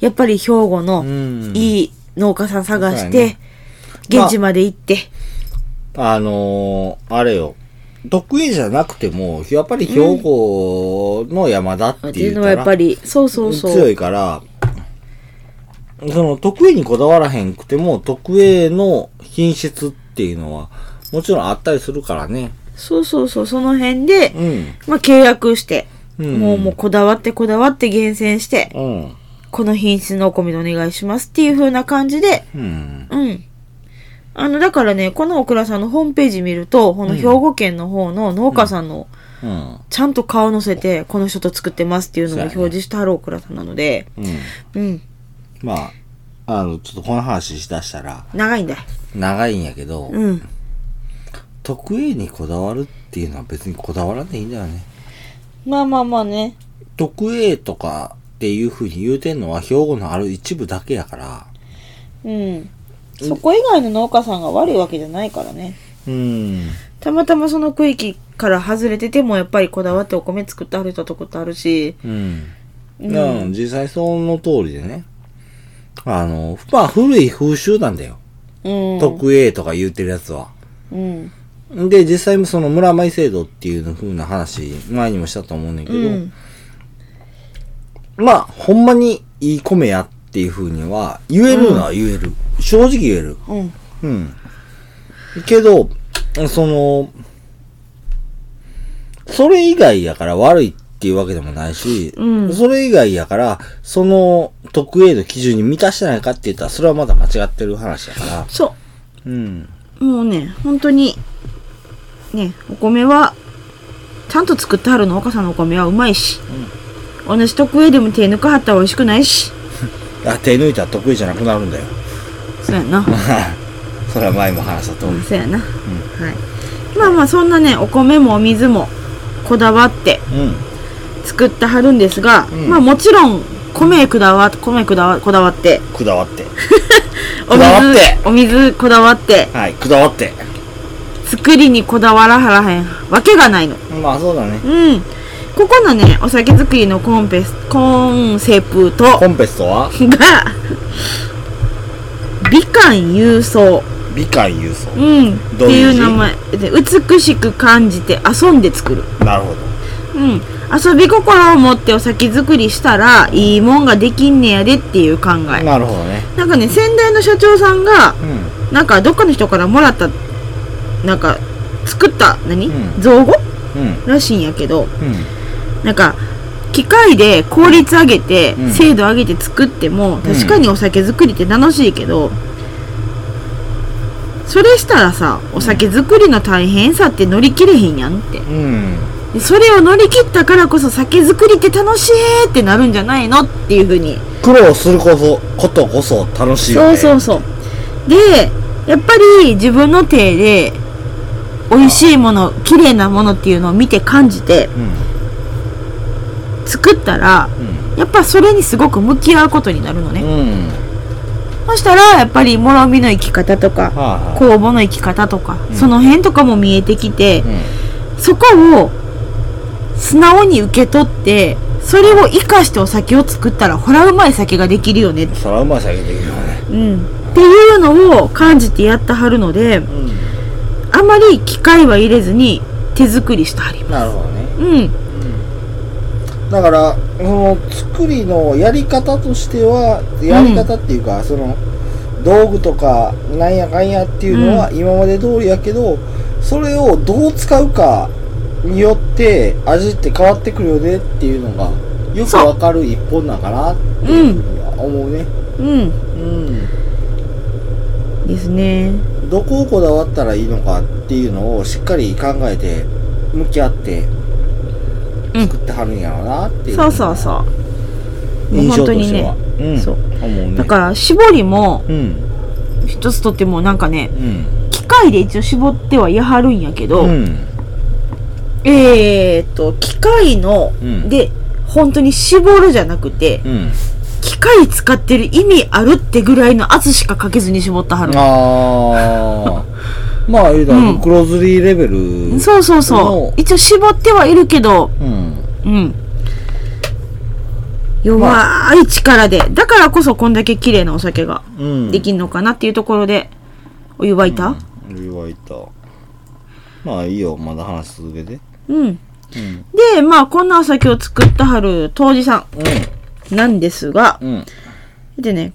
Speaker 2: やっぱり兵庫の
Speaker 1: うん
Speaker 2: いい農家さん探し
Speaker 1: そうや
Speaker 2: て
Speaker 1: ね、
Speaker 2: 現地まで行って。
Speaker 1: あのー、あれよ。得意じゃなくても、やっぱり兵庫の山だって
Speaker 2: ってい
Speaker 1: いうう
Speaker 2: の
Speaker 1: た
Speaker 2: は
Speaker 1: ら、
Speaker 2: やっぱり、そうそうそう。
Speaker 1: 強いから、その得意にこだわらへんくても、得意の品質っていうのは、もちろんあったりするからね。
Speaker 2: そうそうそう、その辺で、
Speaker 1: うん。
Speaker 2: まあ契約して、
Speaker 1: うん
Speaker 2: もうもうこだわってこだわって厳選して、
Speaker 1: うん。
Speaker 2: この品質のお米でお願いしますっていう風な感じで、
Speaker 1: うん。
Speaker 2: うん。あの、だからね、このオクラさんのホームページ見ると、この兵庫県の方の農家さんの、
Speaker 1: うん。
Speaker 2: ちゃんと顔載せて、この人と作ってますっていうの
Speaker 1: そ
Speaker 2: を
Speaker 1: うや
Speaker 2: 表
Speaker 1: ね
Speaker 2: 示してあるオクラさんなので、
Speaker 1: うん。
Speaker 2: うん、
Speaker 1: まあ、あの、ちょっとこの話しだしたら、
Speaker 2: 長いんだ。
Speaker 1: 長いんやけど、
Speaker 2: うん。
Speaker 1: 得意にこだわるっていうのは別にこだわらんでいいんだよね。
Speaker 2: まあまあまあね。
Speaker 1: 特 A とかっていう風に言うてんのは兵庫のある一部だけやから、
Speaker 2: うん。そこ以外の農家さんが悪いわけじゃないからね。
Speaker 1: うん。
Speaker 2: たまたまその区域から外れてても、やっぱりこだわってお米作ってある人とことあるし、
Speaker 1: うん。うん、実際その通りでね。あの、まあ古い風習なんだよ。
Speaker 2: うん。
Speaker 1: 特 A とか言うてるやつは。
Speaker 2: うん。
Speaker 1: で、実際その村米制度っていう風な話、前にもしたと思うねんだけど、
Speaker 2: うん。
Speaker 1: まあ、ほんまにいい米やっていう風には、言えるのは言える。正直言える。
Speaker 2: うん。
Speaker 1: うん。けど、その、それ以外やから悪いっていうわけでもないし、
Speaker 2: うん
Speaker 1: それ以外やから、その特 A の基準に満たしてないかって言ったら、それはまだ間違ってる話やから。
Speaker 2: そ
Speaker 1: うん。
Speaker 2: う。もうね、本当に、ね、お米は、ちゃんと作ってある農家さんのお米はうまいし、同じ特営でも手抜かはったら美味しくないし、
Speaker 1: あ、手抜いたら得意じゃなくなるんだよ。 [laughs]
Speaker 2: そうやな。
Speaker 1: それは前も話したと
Speaker 2: う
Speaker 1: 思
Speaker 2: ん、
Speaker 1: う。
Speaker 2: そうやな。はい。まあまあ、そんなね、お米もお水もこだわって
Speaker 1: うん。
Speaker 2: 作ってはるんですが、
Speaker 1: ん
Speaker 2: まあもちろん、米こだわ、米こだわ、こだわって、
Speaker 1: くだわって。
Speaker 2: お
Speaker 1: こだわっ
Speaker 2: 水
Speaker 1: て、
Speaker 2: お水こだわって、
Speaker 1: はい、くだわって。
Speaker 2: 作りにこだわらはらへんわけがないの。
Speaker 1: まあそうだね。
Speaker 2: うん。ここのね、お酒作りのコンペス、コンセプト
Speaker 1: コンペストは
Speaker 2: が、美観郵送。
Speaker 1: 美観郵送。
Speaker 2: うん。って
Speaker 1: どう
Speaker 2: い
Speaker 1: いう
Speaker 2: う
Speaker 1: 字
Speaker 2: 名前で。美しく感じて遊んで作る。
Speaker 1: なるほど。
Speaker 2: うん。遊び心を持ってお酒作りしたら、いいもんができんねやでっていう考え。
Speaker 1: なるほどね。
Speaker 2: なんかね、先代の社長さんが、
Speaker 1: うん。
Speaker 2: なんかどっかの人からもらった、なんか、作った、何、
Speaker 1: うん
Speaker 2: 造語
Speaker 1: うん。
Speaker 2: らしいんやけど、
Speaker 1: うん。
Speaker 2: なんか機械で効率上げて、
Speaker 1: うん
Speaker 2: 精度上げて作っても確かにお酒作りって楽しいけど、それしたらさお酒作りの大変さって乗り切れへんやんって
Speaker 1: うん。
Speaker 2: でそれを乗り切ったからこそ酒作りって楽しいってなるんじゃないのっていうふうに、
Speaker 1: 苦労するこそ、ことこそ楽しいよ
Speaker 2: そう
Speaker 1: ね。
Speaker 2: そうそうでやっぱり自分の手で美味しいもの綺麗なものっていうのを見て感じて
Speaker 1: うん。
Speaker 2: 作ったらやっぱそれにすごく向き合うことになるのね、
Speaker 1: うん。うん。
Speaker 2: そしたらやっぱりもろみの生き方とか
Speaker 1: は
Speaker 2: 公募の生き方とか、
Speaker 1: うん
Speaker 2: その辺とかも見えてきて
Speaker 1: いはい。
Speaker 2: そこを素直に受け取ってそれを生かしてお酒を作ったらほらうまい酒ができるよね、
Speaker 1: そらうまい酒できるよね
Speaker 2: うん、っていうのを感じてやってはるので
Speaker 1: う
Speaker 2: あまり機械は入れずに手作りしてはり
Speaker 1: んなるほどね
Speaker 2: うん
Speaker 1: だからその作りのやり方としてはやり方っていうか、その道具とかなんやかんやっていうのは今まで通りやけど、それをどう使うかによって味って変わってくるよねっていうのがよく
Speaker 2: そう
Speaker 1: わかる一本なんかなっていうふうには思うね、
Speaker 2: うんですね
Speaker 1: うん、どこをこだわったらいいのかっていうのをしっかり考えて向き合って
Speaker 2: うん
Speaker 1: 作ってはるんやろうなっていう、
Speaker 2: そうそうそううもう
Speaker 1: 印象と
Speaker 2: 本当に
Speaker 1: して
Speaker 2: ね
Speaker 1: は、うん、
Speaker 2: そう
Speaker 1: 思うね
Speaker 2: だから絞りも
Speaker 1: うん
Speaker 2: 一つとってもなんかね
Speaker 1: うん
Speaker 2: 機械で一応絞ってはやはるんやけど、
Speaker 1: うん
Speaker 2: えーっと機械の、
Speaker 1: うん
Speaker 2: で本当に絞るじゃなくて
Speaker 1: うん
Speaker 2: 機械使ってる意味あるってぐらいの圧しかかけずに絞ったはる
Speaker 1: あーまあ言うたら
Speaker 2: うん
Speaker 1: 袋釣りレベル
Speaker 2: そうそうそ
Speaker 1: も
Speaker 2: う一応絞ってはいるけど
Speaker 1: うん
Speaker 2: うん弱い力でだからこそこんだけ綺麗なお酒が
Speaker 1: うん
Speaker 2: できんのかなっていうところでお湯沸いた
Speaker 1: 言わいたまあいいよまだ話続けて
Speaker 2: う
Speaker 1: う
Speaker 2: ん
Speaker 1: ん
Speaker 2: でまあこんなお酒を作ったはる杜氏さんなんですが
Speaker 1: うん
Speaker 2: でね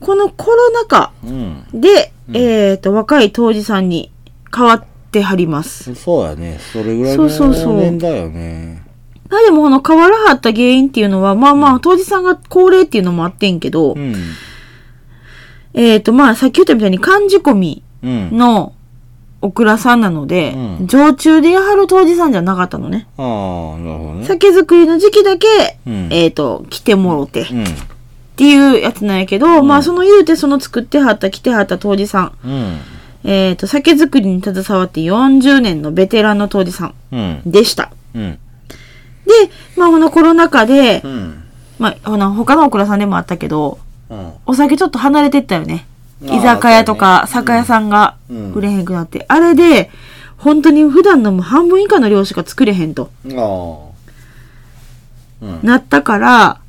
Speaker 2: このコロナ禍
Speaker 1: うん
Speaker 2: で、えっ、と、若い当時さんに変わってはります。
Speaker 1: そうやねそれぐらい
Speaker 2: そ
Speaker 1: の
Speaker 2: うそうそう
Speaker 1: 年代よね
Speaker 2: なでもこの変わらはった原因っていうのは、まあまあ、当時さんが高齢っていうのもあってんけど、
Speaker 1: うん
Speaker 2: えっ、とまあ、さっき言ったみたいに漢字込み
Speaker 1: うん
Speaker 2: のオクラさんなので、
Speaker 1: うん
Speaker 2: 常駐でやはる当時さんじゃなかったのね。
Speaker 1: ああなるほどね
Speaker 2: 酒造りの時期だけ、
Speaker 1: うん
Speaker 2: えっ、と、来てもろてっ
Speaker 1: うん
Speaker 2: ていうやつなんやけど、まあその言うてその作ってはった、来てはった当時さん、
Speaker 1: うん
Speaker 2: えっ、と、酒造りに携わって40年のベテランの当時さん
Speaker 1: うん
Speaker 2: でした。
Speaker 1: うん
Speaker 2: で、まあ、このコロナ禍で
Speaker 1: う、ん
Speaker 2: まあ、ほな、他のオクラさんでもあったけど、
Speaker 1: うん
Speaker 2: お酒ちょっと離れてったよね。
Speaker 1: あー
Speaker 2: 居酒屋とか、
Speaker 1: そうね
Speaker 2: 酒屋さんが
Speaker 1: うん
Speaker 2: 売れへんくなって。あれで、本当に普段のもう半分以下の量しか作れへんと
Speaker 1: ああうん
Speaker 2: なったから、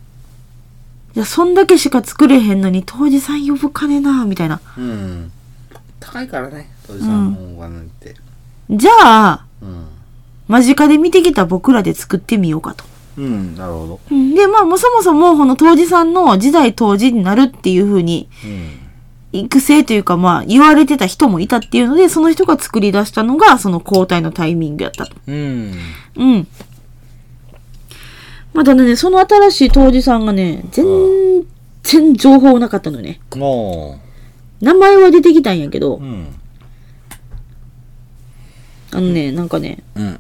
Speaker 2: いや、そんだけしか作れへんのに、当時さん呼ぶ金なみたいな。
Speaker 1: うん高いからね当時さんのお金って
Speaker 2: じゃあ、
Speaker 1: うん
Speaker 2: 間近で見てきた僕らで作ってみようかと。
Speaker 1: うんなるほど
Speaker 2: うんで、まあ、もうそもそも、この当時さんの時代当時になるっていう風に
Speaker 1: うん
Speaker 2: 育成というかまあ言われてた人もいたっていうのでその人が作り出したのがその交代のタイミングやったと。
Speaker 1: うん
Speaker 2: うん。まあただねその新しい当時さんがね全然情報なかったのね。
Speaker 1: も
Speaker 2: 名前は出てきたんやけど
Speaker 1: ううん
Speaker 2: あのねなんかね
Speaker 1: うん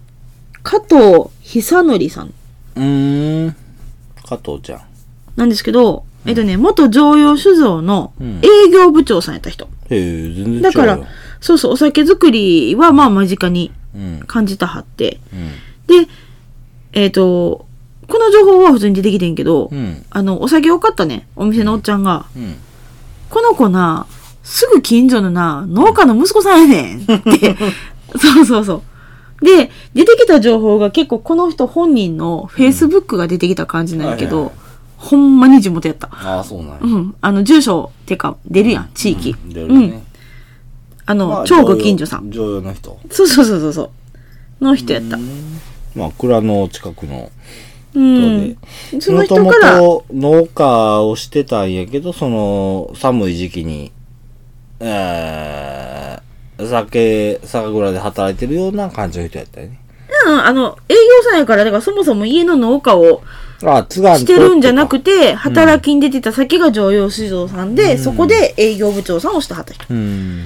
Speaker 2: 加藤久則さん
Speaker 1: うーん加藤ちゃん
Speaker 2: なんですけどえっとね元常用酒造の
Speaker 1: うん
Speaker 2: 営業部長さんやった人。
Speaker 1: へえ全然違うよ
Speaker 2: だからそうそうお酒作りはまあ間近に
Speaker 1: うん
Speaker 2: 感じたはって。
Speaker 1: うん
Speaker 2: で、えっ、と、この情報は普通に出てきてんけど、
Speaker 1: うん
Speaker 2: あの、お酒を買ったね、お店のおっちゃんが、
Speaker 1: うん
Speaker 2: この子な、すぐ近所のな、農家の息子さんやねん
Speaker 1: [laughs]
Speaker 2: って。そうそうそう。で、出てきた情報が結構この人本人の Facebook が出てきた感じなんやけど、
Speaker 1: はいはい
Speaker 2: ほんまに地元やった。
Speaker 1: ああそうなんや
Speaker 2: うん。あの、住所ってか、出るやん、地域。
Speaker 1: うん出るね
Speaker 2: あの、
Speaker 1: まあ
Speaker 2: 超ご近所さん。
Speaker 1: 常用の人
Speaker 2: そうそうそうそうそう。の人やった。
Speaker 1: まあ蔵の近くの
Speaker 2: うん。その人
Speaker 1: も
Speaker 2: から、
Speaker 1: ともと農家をしてたんやけど、その寒い時期に、えー、酒、酒蔵で働いてるような感じの人やったよね。
Speaker 2: うん、あの、営業さんやから、だからそもそも家の農家を
Speaker 1: あ、津軽
Speaker 2: してるんじゃなく
Speaker 1: て。
Speaker 2: て、働きに出てた先が常用酒造さんで、そこで営業部長さんをしてはった人。
Speaker 1: うん。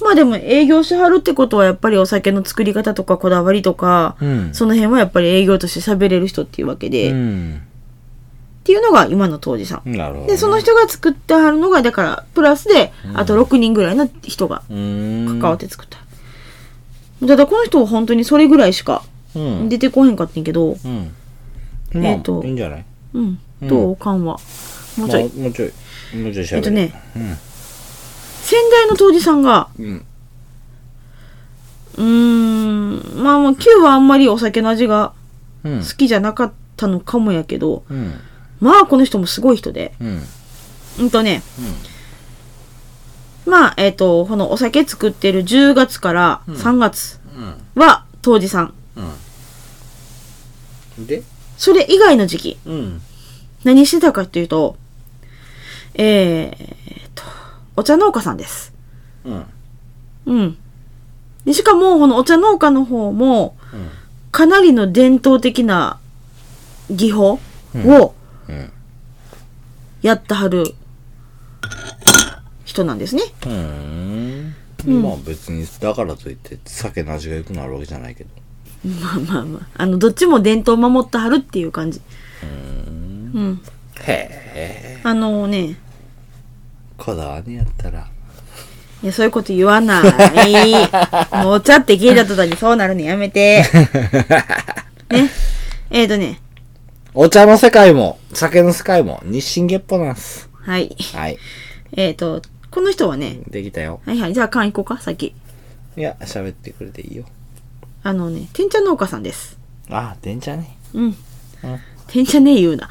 Speaker 2: まあでも営業しはるってことは、やっぱりお酒の作り方とかこだわりとか、
Speaker 1: うん。
Speaker 2: その辺はやっぱり営業として喋れる人っていうわけで、
Speaker 1: う
Speaker 2: っ
Speaker 1: ん。
Speaker 2: ていうのが今の当時さん。
Speaker 1: なるほどね。
Speaker 2: で、その人が作ってはるのが、だから、プラスで、あと6人ぐらいの人が
Speaker 1: うん、
Speaker 2: 関わって作った。ただこの人は本当にそれぐらいしか
Speaker 1: うん。
Speaker 2: 出てこへんかったんやけど、
Speaker 1: うん。まあ、
Speaker 2: えーと
Speaker 1: いいんじゃない
Speaker 2: うん、どう勘は。もうちょい。
Speaker 1: まあもうちょい。もうちょい喋る。
Speaker 2: えっとね、
Speaker 1: うん。
Speaker 2: 先代の当時さんが、
Speaker 1: うん。
Speaker 2: うーん、まあもう Q はあんまりお酒の味が
Speaker 1: うん
Speaker 2: 好きじゃなかったのかもやけど、
Speaker 1: うん
Speaker 2: まあこの人もすごい人で。
Speaker 1: うん
Speaker 2: うんとね、まあ、えっ、と、このお酒作ってる10月から3月は当時さん。
Speaker 1: うんで
Speaker 2: それ以外の時期、
Speaker 1: うん
Speaker 2: 何してたかっていうと、えー、と、お茶農家さんです。
Speaker 1: うん
Speaker 2: うん。でしかも、このお茶農家の方も、
Speaker 1: うん
Speaker 2: かなりの伝統的な技法を
Speaker 1: うん
Speaker 2: やってはる人なんですね。
Speaker 1: うんまあ別にだからといって酒の味が良くなるわけじゃないけど
Speaker 2: まあまあまあ。あの、どっちも伝統を守ってはるっていう感じ。うん。
Speaker 1: へえ
Speaker 2: あのね、
Speaker 1: こだわりやったら
Speaker 2: いや、そういうこと言わない。 [laughs] もうお茶って聞いた途端にそうなるのやめ [laughs] て。ね。えーとね、
Speaker 1: お茶の世界も酒の世界も日進月歩なんす
Speaker 2: はい。
Speaker 1: はい
Speaker 2: えーと、この人はね、
Speaker 1: できたよ
Speaker 2: はいはい、じゃあ缶行こうか、先。
Speaker 1: いや喋ってくれていいよ
Speaker 2: あのね、天茶農家さんです。
Speaker 1: あ電車ね
Speaker 2: うん。天茶ねえ [laughs] 言うな。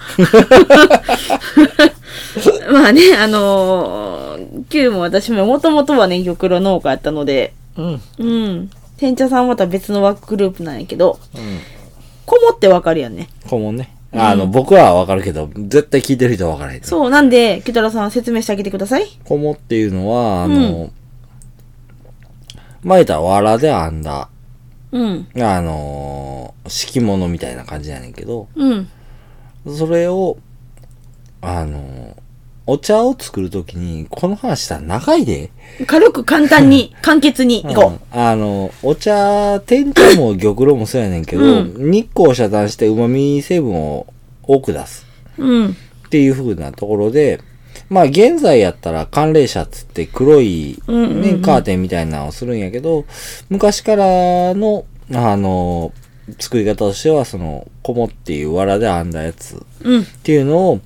Speaker 2: まあね、あのー、Q も私ももともとはね、玉露農家やったので、
Speaker 1: うんうん
Speaker 2: うん。天茶さんはまた別のワークグループなんやけど、こもってわかるやんね。
Speaker 1: 顧問ねあの、僕はわかるけど絶対聞いてる人はわからへん
Speaker 2: そう、なんで、キュタラさん説明してあげてください。
Speaker 1: こもっていうのは、あの、まいたら藁で編んだ、
Speaker 2: うん。
Speaker 1: あのー、敷物みたいな感じやねんけど、
Speaker 2: うん。
Speaker 1: それを、あのー、お茶を作るときに、この話したら長いで。
Speaker 2: 軽く簡単に、簡潔に行こ
Speaker 1: うんあの、お茶、天茶も玉露もそうやねんけど、
Speaker 2: うん
Speaker 1: 日光を遮断して旨味成分を多く出す。
Speaker 2: う。うん。
Speaker 1: っていう風なところで、まあ現在やったら寒冷車っつって黒い、
Speaker 2: うんうん
Speaker 1: ね、カーテンみたいなのをするんやけど、昔からの、あの、作り方としては、その、こもっていう藁で編んだやつっ
Speaker 2: うん。
Speaker 1: ていうのを、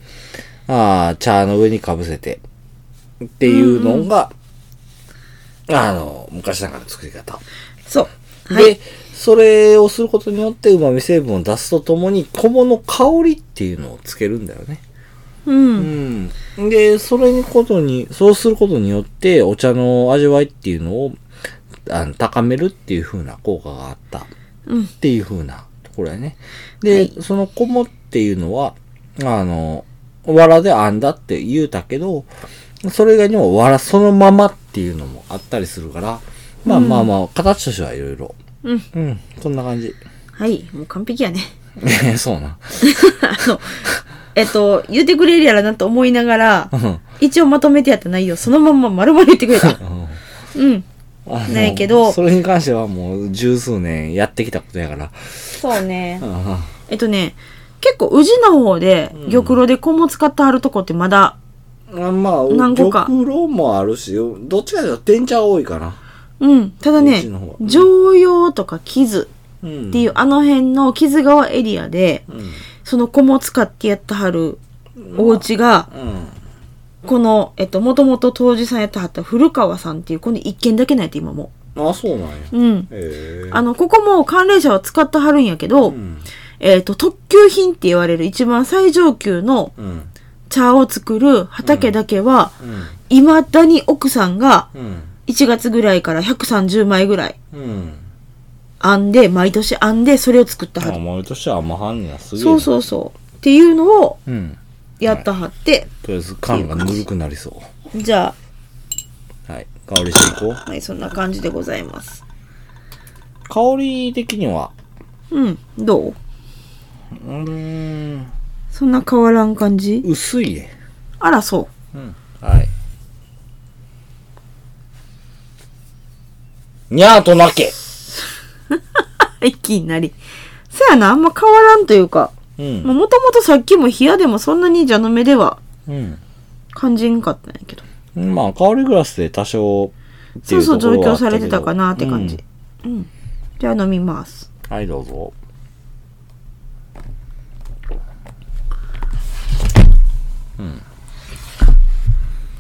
Speaker 1: あー茶の上にかぶせてっていうのが、あの、昔ながらの作り方。
Speaker 2: そう。
Speaker 1: で、それをすることによって旨味成分を出すとともに、小物香りっていうのをつけるんだよね。
Speaker 2: うん。
Speaker 1: うん、で、それにことに、そうすることによって、お茶の味わいっていうのを、あの、高めるっていう風な効果があった。っ
Speaker 2: うん。
Speaker 1: ていう風なところやね。で、
Speaker 2: はい
Speaker 1: そのこもっていうのは、あの、藁で編んだって言うたけど、それ以外にも藁そのままっていうのもあったりするから、まあまあまあ、形としてはいろいろ。
Speaker 2: うん。
Speaker 1: うん、そんな感じ。 [laughs]
Speaker 2: はい。もう完璧やね。
Speaker 1: そうな。 [laughs]
Speaker 2: あの、えっと、言ってくれるやらなと思いながら
Speaker 1: う、ん
Speaker 2: 一応まとめてやった内容、そのまんま丸々言ってくれた。
Speaker 1: うん
Speaker 2: うん。
Speaker 1: あの
Speaker 2: ないけど
Speaker 1: それに関してはもう十数年やってきたことやから。
Speaker 2: そうね。
Speaker 1: あ
Speaker 2: えっとね、結構、宇治の方で、玉露で子も使ってはるとこってまだ、
Speaker 1: あまあ、
Speaker 2: 何個か
Speaker 1: 玉露もあるし、どっちかというと天茶が多いかな。
Speaker 2: うん。ただ
Speaker 1: 宇
Speaker 2: ね
Speaker 1: 治の方、
Speaker 2: 常用とか傷
Speaker 1: うん。
Speaker 2: っていう、あの辺の木津川エリアで、
Speaker 1: うん。
Speaker 2: その子も使ってやってはるお家が、
Speaker 1: うん。
Speaker 2: この、えっと、もともと当時さんやってはった古川さんっていう、この一軒だけなんやって、今も。
Speaker 1: あ、そうなんや。
Speaker 2: うん。
Speaker 1: へえ。
Speaker 2: あの、ここも関連者は使ってはるんやけど、
Speaker 1: うん。
Speaker 2: えっ、と、特級品って言われる一番最上級の
Speaker 1: うん。
Speaker 2: 茶を作る畑だけは、
Speaker 1: うん。
Speaker 2: 未だに奥さんが
Speaker 1: うん。
Speaker 2: 1月ぐらいから130枚ぐらい
Speaker 1: うん。
Speaker 2: 編んで、毎年編んで、それを作ったは
Speaker 1: あ、
Speaker 2: る。
Speaker 1: もうとしてはあんま犯人はすげえ。
Speaker 2: そうそうそう。っていうのを
Speaker 1: う。うん。
Speaker 2: やったはって、
Speaker 1: とりあえず缶がぬるくなりそう。
Speaker 2: じゃ
Speaker 1: はい。香りしていこう。
Speaker 2: あ、はい、そんな感じでございます。
Speaker 1: 香り的には、
Speaker 2: うん、どう
Speaker 1: うーん、
Speaker 2: そんな変わらん感じ
Speaker 1: 薄いね。
Speaker 2: あら、そう。
Speaker 1: うん。はい。にゃーとなけ。
Speaker 2: いきなり。そやな、あんま変わらんというか、
Speaker 1: うん。
Speaker 2: もともとさっきも冷やでもそんなに蛇の目では
Speaker 1: うん。
Speaker 2: 感じんかったんやけど。
Speaker 1: まあ、香りグラスで多少って
Speaker 2: そ
Speaker 1: いうとこ
Speaker 2: そう、上
Speaker 1: ろはあっ
Speaker 2: 京
Speaker 1: た
Speaker 2: さ
Speaker 1: けど
Speaker 2: れてたかなって感じ。うん。じゃあ飲みます。
Speaker 1: うんはい、どうぞ。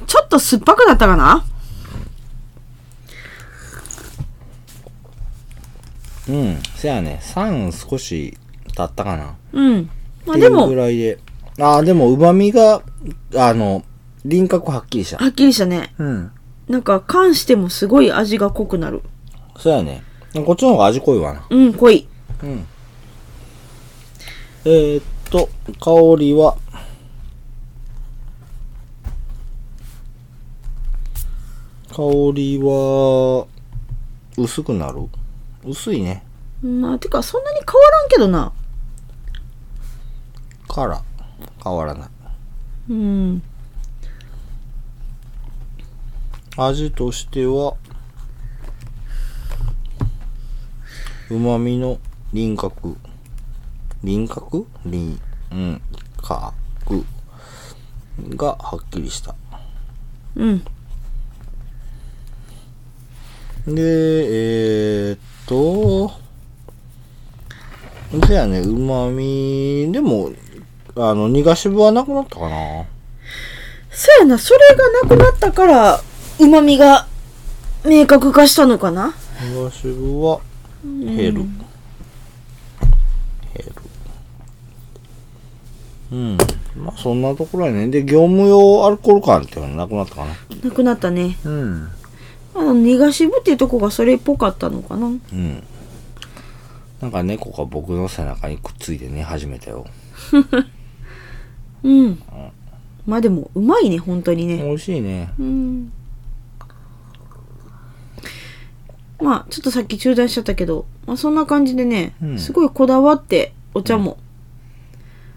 Speaker 2: ちょっと酸っぱくなったかな
Speaker 1: うん。せやね、酸少し経ったかな。
Speaker 2: うん。まあ
Speaker 1: ってい
Speaker 2: で
Speaker 1: うぐ
Speaker 2: も、
Speaker 1: らいで。ああ、でも旨味が、あの、輪郭はっきりした。
Speaker 2: はっきりしたね。
Speaker 1: うん。
Speaker 2: なんか、缶してもすごい味が濃くなる。
Speaker 1: そうやね。こっちの方が味濃いわな。
Speaker 2: うん、濃い。
Speaker 1: うん。えー、っと、香りは、香りは、薄くなる薄いね。
Speaker 2: まあ、てか、そんなに変わらんけどな。
Speaker 1: から、変わらない。
Speaker 2: うん。
Speaker 1: 味としては、旨味の輪郭。輪郭輪、うん、角がはっきりした。
Speaker 2: うん。
Speaker 1: で、えー、っと、じゃあね、うまみ、でも、あの、苦渋はなくなったかな。
Speaker 2: そやな、それがなくなったから、旨味が明確化したのかな
Speaker 1: 苦渋は減る。減る。うん。まあ、そんなところやね。で、業務用アルコール感っていうのはなくなったかな。
Speaker 2: なくなったね。
Speaker 1: うん。
Speaker 2: あの、苦渋っていうとこがそれっぽかったのかな。
Speaker 1: うん。なんか猫が僕の背中にくっついて寝始めたよ。
Speaker 2: うん。まあでも、うまいね、本当にね。
Speaker 1: 美味しいね。
Speaker 2: うんまあちょっとさっき中断しちゃったけど、まあ、そんな感じでね、
Speaker 1: うん
Speaker 2: すごいこだわってお茶も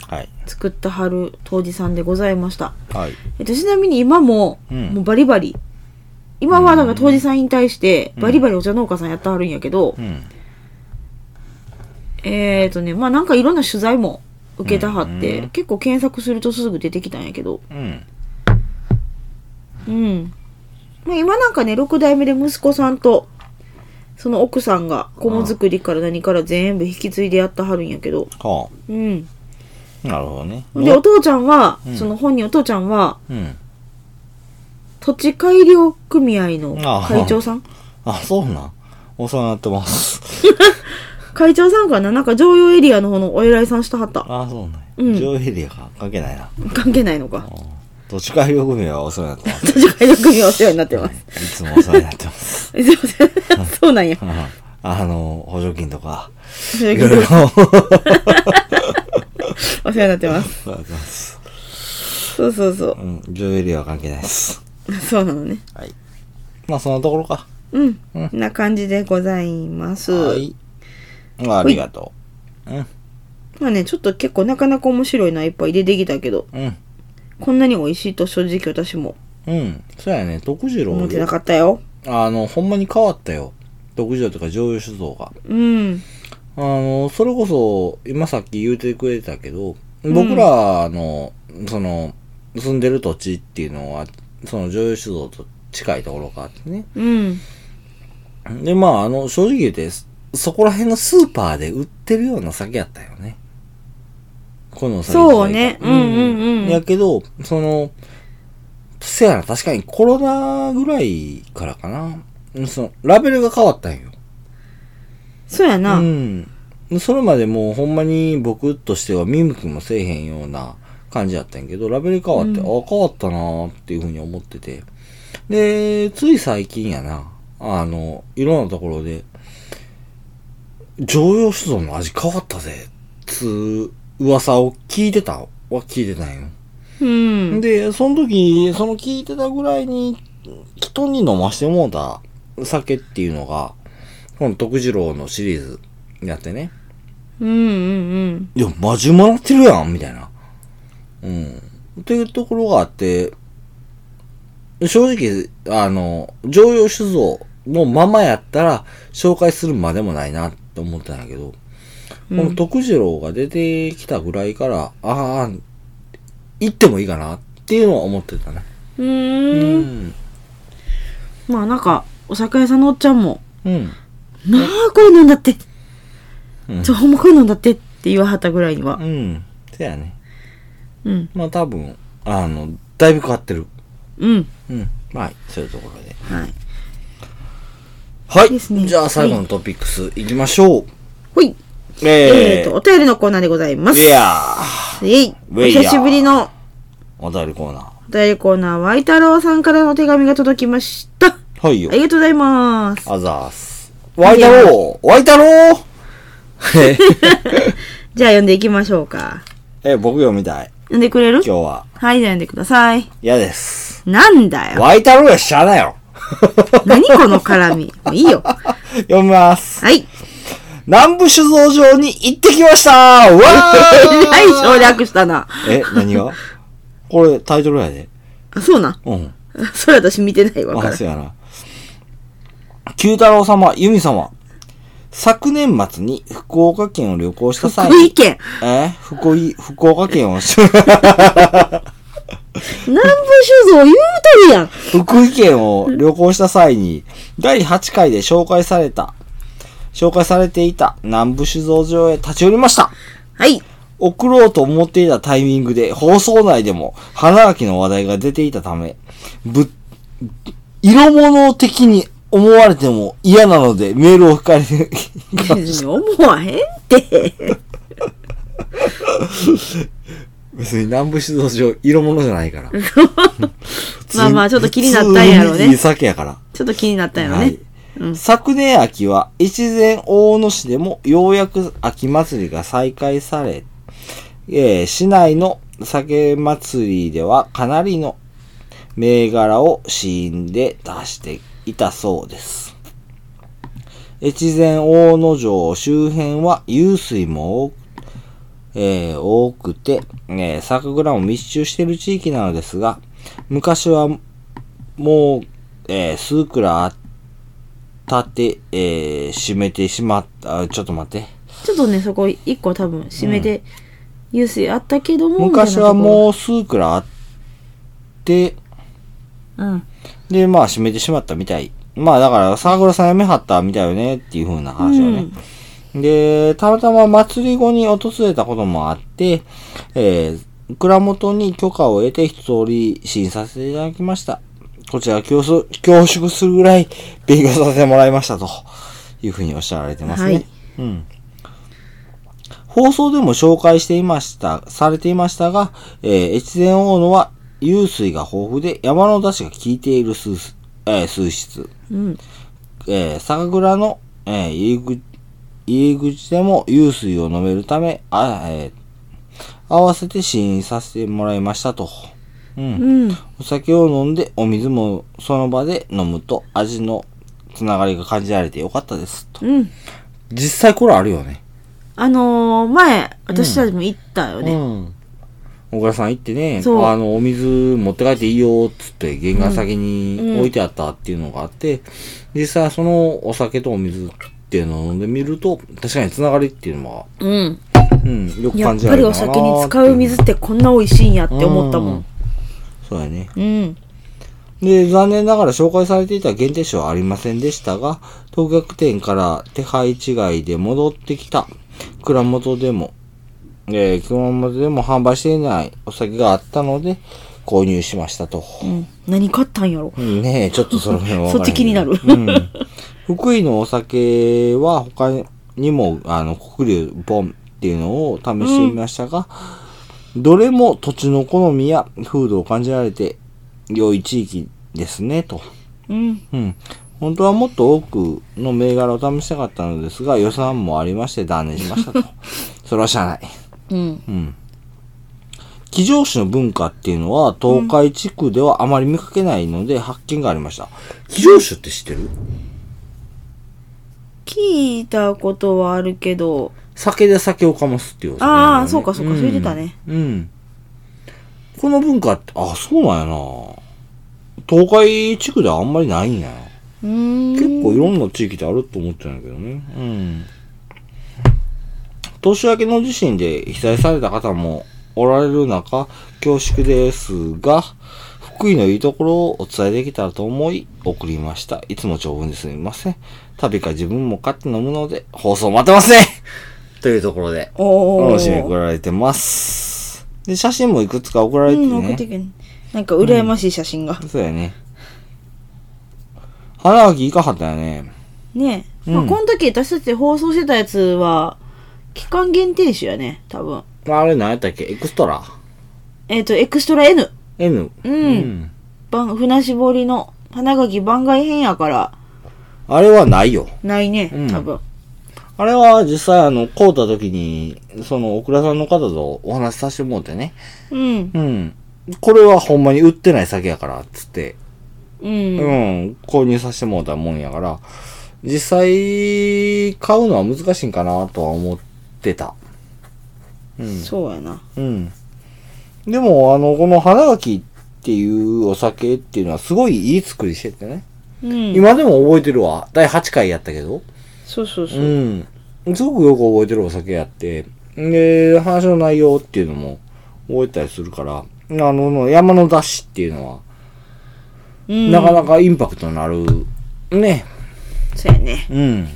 Speaker 1: はい。
Speaker 2: 作ったはる当時さんでございました、
Speaker 1: はい。
Speaker 2: えっと、ちなみに今も、
Speaker 1: うん
Speaker 2: もうバリバリ今はなんか当時さんに対してバリバリお茶農家さんやってはるんやけど、
Speaker 1: うん。
Speaker 2: えっ、とねまあなんかいろんな取材も受けたはって、
Speaker 1: うん
Speaker 2: 結構検索するとすぐ出てきたんやけど
Speaker 1: うん。
Speaker 2: うん。まあ、今なんかね、6代目で息子さんと、その奥さんが、子も作りから何から全部引き継いでやったはるんやけど。
Speaker 1: は
Speaker 2: うん。
Speaker 1: あ。なるほどね。
Speaker 2: で、お父ちゃんは、
Speaker 1: うん
Speaker 2: その本人お父ちゃんは、
Speaker 1: うん。
Speaker 2: 土地改良組合の会長さん
Speaker 1: あ、そうなん。お世話になってます。
Speaker 2: 会長さんかななんか常用エリアの方のお偉いさんしたはった。
Speaker 1: あ、そうなん。
Speaker 2: うん
Speaker 1: ジョーエリアか。関係ないな。
Speaker 2: 関係ないのか。
Speaker 1: どっちかよ組はお世話になってま
Speaker 2: 土地改良組合お世話になっ
Speaker 1: [laughs]
Speaker 2: てます。
Speaker 1: す。いつもお世話になってます。 [laughs]
Speaker 2: すいません。そうなんや。
Speaker 1: うんあの、補助金とか、
Speaker 2: [laughs] お世
Speaker 1: いろいろお世
Speaker 2: 話になってます。
Speaker 1: 話になってます。
Speaker 2: そうそうそう
Speaker 1: う。ん、ジョーエリアは関係ないです。
Speaker 2: そうなのね。
Speaker 1: はい。まあ、そんなところか。
Speaker 2: うん。
Speaker 1: うん
Speaker 2: な感じでございます。
Speaker 1: はい。まあ、ありがとう。うん、
Speaker 2: まあね、ちょっと結構なかなか面白いないっぱい出てきたけど、
Speaker 1: うん、
Speaker 2: こんなに美味しいと正直私も
Speaker 1: うん。そうやね、徳次郎
Speaker 2: 思ってなかったよ。
Speaker 1: あの、ほんまに変わったよ。徳次郎とか上優酒造が。
Speaker 2: うん。
Speaker 1: あの、それこそ、今さっき言うてくれたけど、僕らの、その、住んでる土地っていうのは、その上優酒造と近いところがあってね。
Speaker 2: うん。
Speaker 1: で、まあ、あの、正直言って、そそこら辺のスーパーで売ってるような酒やったよね。このお酒自体が
Speaker 2: そうねうんうんうん
Speaker 1: やけど、その、せやな、確かにコロナぐらいからかな。その、ラベルが変わったんよ。
Speaker 2: そうやな。
Speaker 1: うん。それまでもうほんまに僕としては見向きもせえへんような感じやったんやけど、ラベル変わって、
Speaker 2: う
Speaker 1: あ、変わったなーっていうふうに思ってて。で、つい最近やな、あの、いろんなところで、常用酒造の味変わったぜ、つう噂を聞いてたは聞いてたんよ。
Speaker 2: うん。
Speaker 1: で、その時、その聞いてたぐらいに、人に飲ましてもうた酒っていうのが、この徳次郎のシリーズやってね。
Speaker 2: うんうん
Speaker 1: いや、マジうまなってるやんみたいな。うん。っていうところがあって、正直、あの、常用酒造のままやったら、紹介するまでもないなって思ったんやけど、
Speaker 2: う
Speaker 1: この
Speaker 2: ん。
Speaker 1: 徳次郎が出てきたぐらいから、ああ、行ってもいいかなっていうのは思ってたね。
Speaker 2: うーん。
Speaker 1: ん。
Speaker 2: まあなんか、お酒屋さんのおっちゃんも、
Speaker 1: うん。
Speaker 2: なあ、こういうのんだって。
Speaker 1: うん
Speaker 2: ちょ、ほんまこういうのんだってって言わはったぐらいには
Speaker 1: う。ん。せやね。
Speaker 2: うん。
Speaker 1: まあ多分、あの、だいぶ変わってる。
Speaker 2: うん。
Speaker 1: うん。まあ、そういうところで。
Speaker 2: はい。
Speaker 1: はい。
Speaker 2: ですね
Speaker 1: じゃあ最後のトピックスいきましょう。
Speaker 2: ほい。え
Speaker 1: え
Speaker 2: ー
Speaker 1: ー
Speaker 2: と、お便りのコーナーでございます。
Speaker 1: いや
Speaker 2: イェイ
Speaker 1: ウ
Speaker 2: お
Speaker 1: ェイヤー
Speaker 2: 久しぶりの
Speaker 1: ーお便りコーナ
Speaker 2: お便りコーナー、ワイタロウさんからのお手紙が届きました。あ
Speaker 1: ー。はいよ。
Speaker 2: りがとうございます。
Speaker 1: あざーす。湧いたろう湧いたろう
Speaker 2: じゃあ読んでいきましょうか。
Speaker 1: え、僕読みたい。
Speaker 2: 読んでくれる
Speaker 1: 今日は。
Speaker 2: はい、じゃあ読んでください。
Speaker 1: 嫌です。
Speaker 2: なんだよ。
Speaker 1: 湧いたろうやしゃあないよ。
Speaker 2: 何この絡み。もういいよ。は
Speaker 1: 読み [laughs] ます。
Speaker 2: い。
Speaker 1: 南部酒造場に行ってきましたわ
Speaker 2: えらい
Speaker 1: ー
Speaker 2: 省略したな。 [laughs]
Speaker 1: え、何がこれタイトルやで。
Speaker 2: あ、そうなん。
Speaker 1: うん。
Speaker 2: それ私見てないわか
Speaker 1: あ、
Speaker 2: ら
Speaker 1: そ。うやな。九太郎様、由美様。昨年末に福岡県を旅行した際
Speaker 2: 福井
Speaker 1: に、
Speaker 2: 県。
Speaker 1: え福井、福岡県を、
Speaker 2: 南部酒造言うとるやん。
Speaker 1: [laughs] 福井県を旅行した際に、第8回で紹介された、紹介されていた南部酒造場へ立ち寄りました。
Speaker 2: はい。
Speaker 1: 送ろうと思っていたタイミングで放送内でも花垣の話題が出ていたため、ぶ、色物的に思われても嫌なのでメールを控えて、
Speaker 2: 別に思わへんって。
Speaker 1: 別に南部酒造場色物じゃないから。
Speaker 2: [laughs] まあまあちょっと気になったんやろうね
Speaker 1: 普通にいい酒やから。
Speaker 2: ちょっと気になったよね。
Speaker 1: はい
Speaker 2: うん
Speaker 1: 昨年秋は越前大野市でもようやく秋祭りが再開され、えー市内の酒祭りではかなりの銘柄を試飲で出していたそうです。越前大野城周辺は湧水も多くえー多くて、えー酒蔵も密集している地域なのですが、昔はもう、えー数蔵あったて、えー閉めてしまった、あちょっと待って。
Speaker 2: ちょっとね、そこ一個多分締めて、ユースあったけども。
Speaker 1: 昔は
Speaker 2: う。
Speaker 1: もう数蔵あって、
Speaker 2: うん。
Speaker 1: で、まあ閉めてしまったみたい。まあだから、沢倉さん辞めはったみたいよねっていう風な話をね。で、たまたま祭り後に訪れたこともあって、えー、蔵元に許可を得て一通り試飲させていただきました。こちら恐縮恐縮するぐらい勉強させてもらいましたというふうにおっしゃられてますね。
Speaker 2: はい
Speaker 1: うん。放送でも紹介していました、されていましたが、えー越前大野は湧水が豊富で山の出汁が効いている数,、えー数質。
Speaker 2: うん。
Speaker 1: えー酒蔵の、えー入り口入り口でも湧水を飲めるため、あえー合わせて試飲させてもらいましたと。うん
Speaker 2: うん。
Speaker 1: お酒を飲んで、お水もその場で飲むと味のつながりが感じられてよかったです。と
Speaker 2: うん。
Speaker 1: 実際これあるよね。
Speaker 2: あのー、前、私たちも行ったよ
Speaker 1: う
Speaker 2: ね。
Speaker 1: ん。小倉さん行ってね、
Speaker 2: そう
Speaker 1: あの、お水持って帰っていいよ、っつって玄関先に置いてあったっていうのがあって、実際そのお酒とお水っていうのを飲んでみると、確かにつながりっていうのは、
Speaker 2: うん。
Speaker 1: うん、よく
Speaker 2: や
Speaker 1: 感
Speaker 2: っ
Speaker 1: じら
Speaker 2: ぱ
Speaker 1: れ
Speaker 2: り
Speaker 1: たか
Speaker 2: お
Speaker 1: な
Speaker 2: 酒に使う水ってこんな美味しいんやって思ったも
Speaker 1: うん
Speaker 2: ん。
Speaker 1: そうやね。
Speaker 2: うん。
Speaker 1: で、残念ながら紹介されていた限定酒はありませんでしたが、当客店から手配違いで戻ってきた蔵元でも、えー、熊本でも販売していないお酒があったので、購入しましたと。
Speaker 2: うん。何買ったんやろ。
Speaker 1: うんねえ、ちょっとその辺は分からへん
Speaker 2: そっち気になる
Speaker 1: うん、福井のお酒は他にも、あの、黒竜ボンっていうのを試してみましたが、どれも土地の好みや風土を感じられて良い地域ですね、と。
Speaker 2: うん。
Speaker 1: うん。本当はもっと多くの銘柄を試したかったのですが、予算もありまして断念しま
Speaker 2: [laughs]
Speaker 1: したと。それはしゃあない。
Speaker 2: うん。
Speaker 1: うん。騎乗種の文化っていうのは、東海地区ではあまり見かけないので、発見がありました。騎乗種って知ってる
Speaker 2: 聞いたことはあるけど、
Speaker 1: 酒で酒をかますっていう、
Speaker 2: ああそうかそうか
Speaker 1: ん
Speaker 2: それ出たね。
Speaker 1: うん。この文化って、あ、そうなんやな。東海地区ではあんまりないんやな。
Speaker 2: うーん。
Speaker 1: 結構いろんな地域であると思ってたんだけどね。うん。年明けの地震で被災された方もおられる中、恐縮ですが、福井のいいところをお伝えできたらと思い、送りました。いつも長文ですみません。旅か自分も買って飲むので、放送待ってますねというところで、
Speaker 2: おー
Speaker 1: 楽しみに送られてます。で、写真もいくつか送られて
Speaker 2: う
Speaker 1: ね。
Speaker 2: ん、送ってくん。なんか羨ましい写真が。
Speaker 1: そうやね。花垣いかはったよね。
Speaker 2: ね
Speaker 1: う
Speaker 2: え、
Speaker 1: ん
Speaker 2: まあこの時私たち放送してたやつは期間限定種やね、多分。
Speaker 1: まあ、あれ何やったっけエクストラ
Speaker 2: えっ、と、エクストラ N。
Speaker 1: ?N。
Speaker 2: うん。番船絞りの花垣番外編やから、
Speaker 1: あれはないよ。
Speaker 2: ないね
Speaker 1: うん、
Speaker 2: 多分。
Speaker 1: あれは実際あの、買うた時に、その、オクラさんの方とお話しさせてもらってね。
Speaker 2: うん。
Speaker 1: うん。これはほんまに売ってない酒やから、つって。
Speaker 2: う。
Speaker 1: うんん。購入させてもらったもんやから、実際、買うのは難しいんかなとは思ってた。うん。
Speaker 2: そうやな。
Speaker 1: うん。でも、あの、この花垣っていうお酒っていうのはすごいいい作りしててね。
Speaker 2: うん。
Speaker 1: 今でも覚えてるわ。第8回やったけど。
Speaker 2: そうそうそ
Speaker 1: う
Speaker 2: う。
Speaker 1: ん。すごくよく覚えてるお酒やって。で、話の内容っていうのも覚えたりするから、あの、山の出しっていうのは、
Speaker 2: うん。
Speaker 1: なかなかインパクトのある、ね、
Speaker 2: そうやね。
Speaker 1: うん。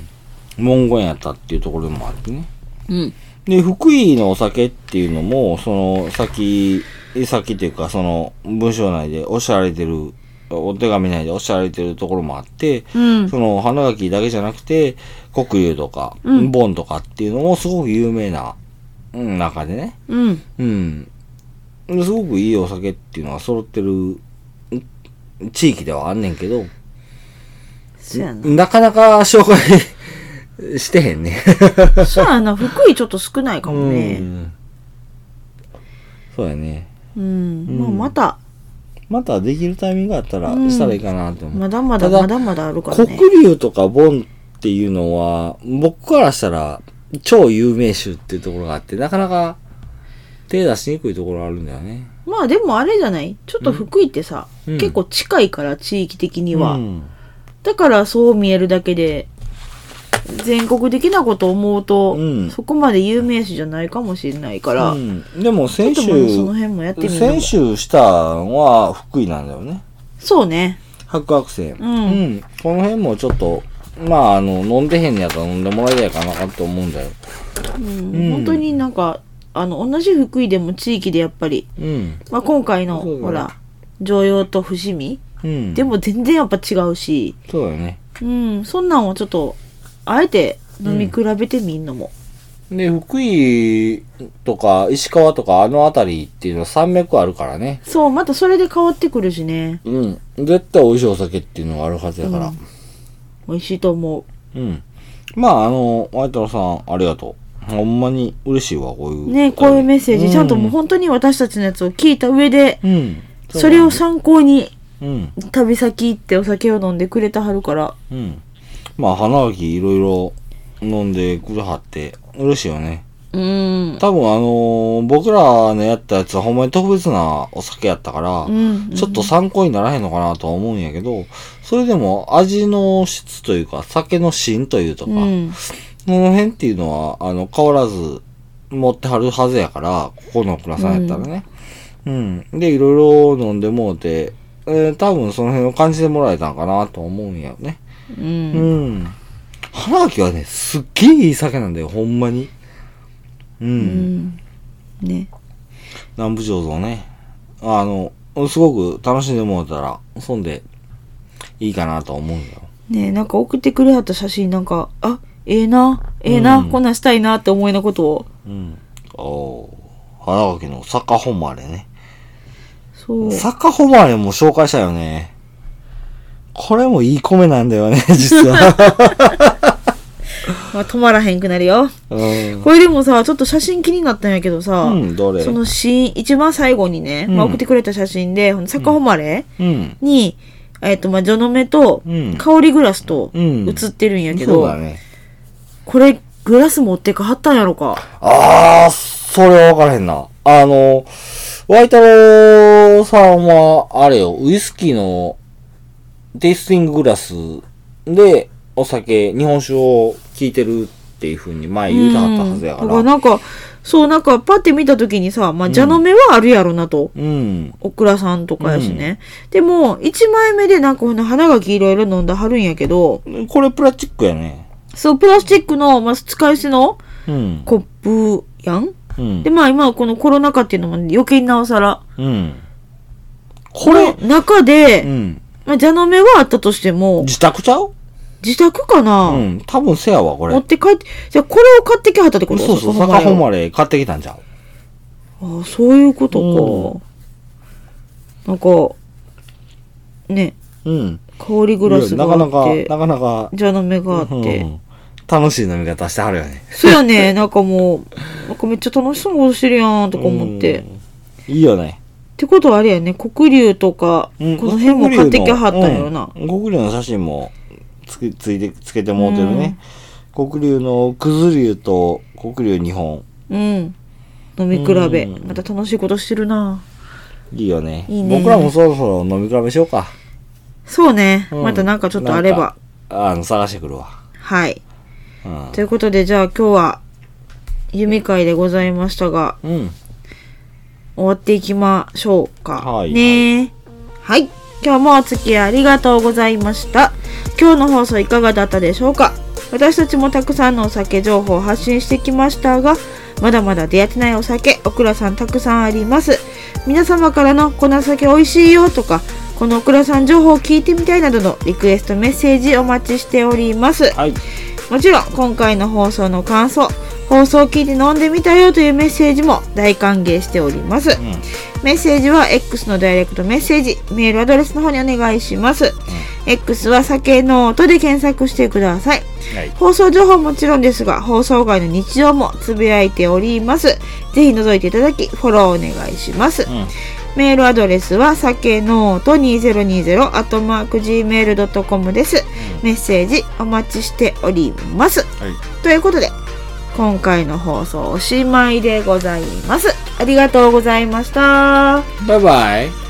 Speaker 1: 文言やったっていうところでもあってね。
Speaker 2: うん。
Speaker 1: で、福井のお酒っていうのも、その、さっき、さっきっていうか、その、文章内でおっしゃられてる、お手紙内でおっしゃられてるところもあって、
Speaker 2: うん。
Speaker 1: その、花垣だけじゃなくて、黒龍とか、
Speaker 2: うん
Speaker 1: ボンとかっていうのもすごく有名な、うん中でね。
Speaker 2: うん。
Speaker 1: うん。すごくいいお酒っていうのは揃ってる、ん地域ではあんねんけど、
Speaker 2: そうやな。
Speaker 1: なかなか紹介 [laughs] してへんね。
Speaker 2: そうやな。福井ちょっと少ないかも
Speaker 1: う
Speaker 2: ね。
Speaker 1: んそうやね。
Speaker 2: うん。
Speaker 1: ん
Speaker 2: まあ、また、
Speaker 1: またできるタイミングがあったら
Speaker 2: うん
Speaker 1: したらいいかなと思う。
Speaker 2: まだま
Speaker 1: た
Speaker 2: だ、
Speaker 1: だ
Speaker 2: まだまだあるから
Speaker 1: 黒
Speaker 2: ね。
Speaker 1: 龍とかボンっていうのは、僕からしたら超有名種っていうところがあって、なかなか手出しにくいところあるんだよね。
Speaker 2: まあ、でもあれじゃないちょっと福井ってさ、
Speaker 1: うん
Speaker 2: 結構近いから、地域的には。
Speaker 1: うん
Speaker 2: だからそう見えるだけで、全国的なことを思うと、
Speaker 1: うん
Speaker 2: そこまで有名詞じゃないかもしれないから、
Speaker 1: うんでも
Speaker 2: ちょ
Speaker 1: 先
Speaker 2: っと
Speaker 1: 週
Speaker 2: まあ、その辺もやってみる
Speaker 1: 先週したのは福井なんだよね。
Speaker 2: そうね。
Speaker 1: 白惑星。
Speaker 2: うん
Speaker 1: この辺もちょっと、まあ、あの、飲んでへんのやから飲んでもらいたいかなと思うんだよ。
Speaker 2: うん
Speaker 1: うん
Speaker 2: 本当になんか、あの、同じ福井でも地域でやっぱり、
Speaker 1: うん。
Speaker 2: まあ、今回の、
Speaker 1: そうだね
Speaker 2: ほら、常用と伏見、
Speaker 1: うん。
Speaker 2: でも全然やっぱ違うし、
Speaker 1: そうだよね。
Speaker 2: うん、そんなんをちょっと、あえて飲み比べてみんのも。
Speaker 1: で、福井とか石川とかあの辺りっていうのは山脈あるからね。
Speaker 2: そう、またそれで変わってくるしね。
Speaker 1: うん。絶対美味しいお酒っていうのがあるはずやから。
Speaker 2: 美味しいと思う。
Speaker 1: うん。まあ、あの、ワイトロさん、ありがとう。ほんまに嬉しいわ、こういう。
Speaker 2: ね、こういうメッセージ、ちゃんともう本当に私たちのやつを聞いた上で、
Speaker 1: うん。うん。
Speaker 2: それを参考に
Speaker 1: うん。
Speaker 2: 旅先行ってお酒を飲んでくれたはるから、
Speaker 1: うん。まあ、花垣いろいろ飲んでくれはって、嬉しいよね。
Speaker 2: うん、
Speaker 1: 多分あのー僕らのやったやつはほんまに特別なお酒やったから、
Speaker 2: うん
Speaker 1: ちょっと参考にならへんのかなとは思うんやけど、それでも味の質というか、酒の芯というとか、
Speaker 2: うん、
Speaker 1: その辺っていうのは、あの、変わらず持ってはるはずやから、ここのクラさんやったらね。うん。で、いろいろ飲んでもうて、えー多分その辺を感じてもらえたんかなと思うんやよね。
Speaker 2: う、
Speaker 1: うんん。花巻はね、すっげえいい酒なんだよ、ほんまに。う
Speaker 2: うんん、ね、
Speaker 1: 南部醸造ね。あの、すごく楽しんでもらったら、そんで、いいかなと思うんだよ。
Speaker 2: ね、なんか送ってくれはった写真なんか、あ、ええな、ええな、
Speaker 1: うん
Speaker 2: こんなんしたいなって思いのことを、
Speaker 1: うん。おー。花垣の坂誉れね。
Speaker 2: そう、
Speaker 1: 坂誉れも紹介したよね。これもいい米なんだよね、 [laughs] 実
Speaker 2: [laughs]
Speaker 1: は。
Speaker 2: まあ、止まらへんくなるよ。
Speaker 1: うん。
Speaker 2: これでもさ、ちょっと写真気になったんやけどさ、
Speaker 1: うん、どれ
Speaker 2: そのシーン、一番最後にね、まあ、
Speaker 1: うん
Speaker 2: 送ってくれた写真で、ほん、坂誉れ、
Speaker 1: うん。
Speaker 2: に、えっ、と、まあ、ジョノメと
Speaker 1: うん、
Speaker 2: 香りグラスと、
Speaker 1: うん
Speaker 2: 映ってるんやけ
Speaker 1: そ
Speaker 2: ど、
Speaker 1: うだね。
Speaker 2: これ、グラス持ってかはったんやろか。
Speaker 1: あー、それは分からへんな。あの、ワイタローさんは、あれよ、ウイスキーのテイスティンググラスでお酒、日本酒を聞いてるっていう風に前言うてはったはずやか
Speaker 2: うんだか
Speaker 1: ら。
Speaker 2: らなんか、そう、なんか、パって見た時にさ、まあ、ジャノメはあるやろなと。
Speaker 1: うん。
Speaker 2: オクラさんとかやしね。でも、一枚目でなんかこの花垣いろいろ飲んだはるんやけど、
Speaker 1: これプラスチックやね。
Speaker 2: そう、プラスチックの、まあ、使い捨ての
Speaker 1: うん。
Speaker 2: コップやん
Speaker 1: うん
Speaker 2: で、。まあ今はこのコロナ禍っていうのも余計になおさら。
Speaker 1: うん。これ、
Speaker 2: の中で、
Speaker 1: うん。
Speaker 2: まあ、ジャノメはあったとしても、
Speaker 1: 自宅ちゃう
Speaker 2: 自宅かな、
Speaker 1: うん、多分せやわ、これ
Speaker 2: 持っ。て帰って、じゃあこれを買ってきはったってこと
Speaker 1: そうそう、
Speaker 2: 酒
Speaker 1: 坂
Speaker 2: 本丸
Speaker 1: 本れ買ってきたんじゃん。
Speaker 2: ああ、そういうことか。なんか、ね、
Speaker 1: うん。
Speaker 2: 香りグラス
Speaker 1: いや
Speaker 2: が
Speaker 1: なかな
Speaker 2: あっ
Speaker 1: か、
Speaker 2: て、
Speaker 1: なかなか、
Speaker 2: じゃの目があっ
Speaker 1: う
Speaker 2: て。
Speaker 1: ん楽しい飲み方してはるよね。
Speaker 2: そうやね、 [laughs] なんかもう、なんかめっちゃ楽しそうなことしてるやんとか思っ
Speaker 1: う
Speaker 2: て。っ
Speaker 1: ん。いいよね。
Speaker 2: てことはあれやね、黒龍とか、こ
Speaker 1: うん
Speaker 2: の辺も買ってきはったんやろな。
Speaker 1: うん黒龍の写真もつけついてつけてもうてるね、黒龍のくず龍と黒龍2本
Speaker 2: うん。飲み比べ。
Speaker 1: うん
Speaker 2: また楽しいことしてるな。
Speaker 1: いいよね
Speaker 2: いいね
Speaker 1: 僕らもそろそろ飲み比べしようか、
Speaker 2: そうね。
Speaker 1: うん
Speaker 2: またなんかちょっとあれ
Speaker 1: なん
Speaker 2: ば
Speaker 1: か。あの探してくるわ、
Speaker 2: はい。
Speaker 1: うん
Speaker 2: ということで、じゃあ今日は、弓会でございましたが、
Speaker 1: うん、
Speaker 2: 終わっていきましょうか。
Speaker 1: はい
Speaker 2: ねはい、今日もお付き合いありがとうございました。今日の放送いかがだったでしょうか私たちもたくさんのお酒情報を発信してきましたが、まだまだ出会ってないお酒、オクラさんたくさんあります。皆様からのこの酒美味しいよとか、このオクラさん情報を聞いてみたいなどのリクエストメッセージお待ちしております。
Speaker 1: はい
Speaker 2: もちろん今回の放送の感想放送を聞いて飲んでみたよというメッセージも大歓迎しております、メッセージは X のダイレクトメッセージメールアドレスの方にお願いします、X は酒ノートで検索してください
Speaker 1: はい
Speaker 2: 放送情報はもちろんですが放送外の日常もつぶやいておりますぜひ覗いていただきフォローお願いします、
Speaker 1: うん
Speaker 2: メールアドレスは、さけのーと2020、アットマーク gmail.com です。メッセージお待ちしております。
Speaker 1: はい
Speaker 2: ということで、今回の放送おしまいでございます。ありがとうございました。
Speaker 1: バイバイ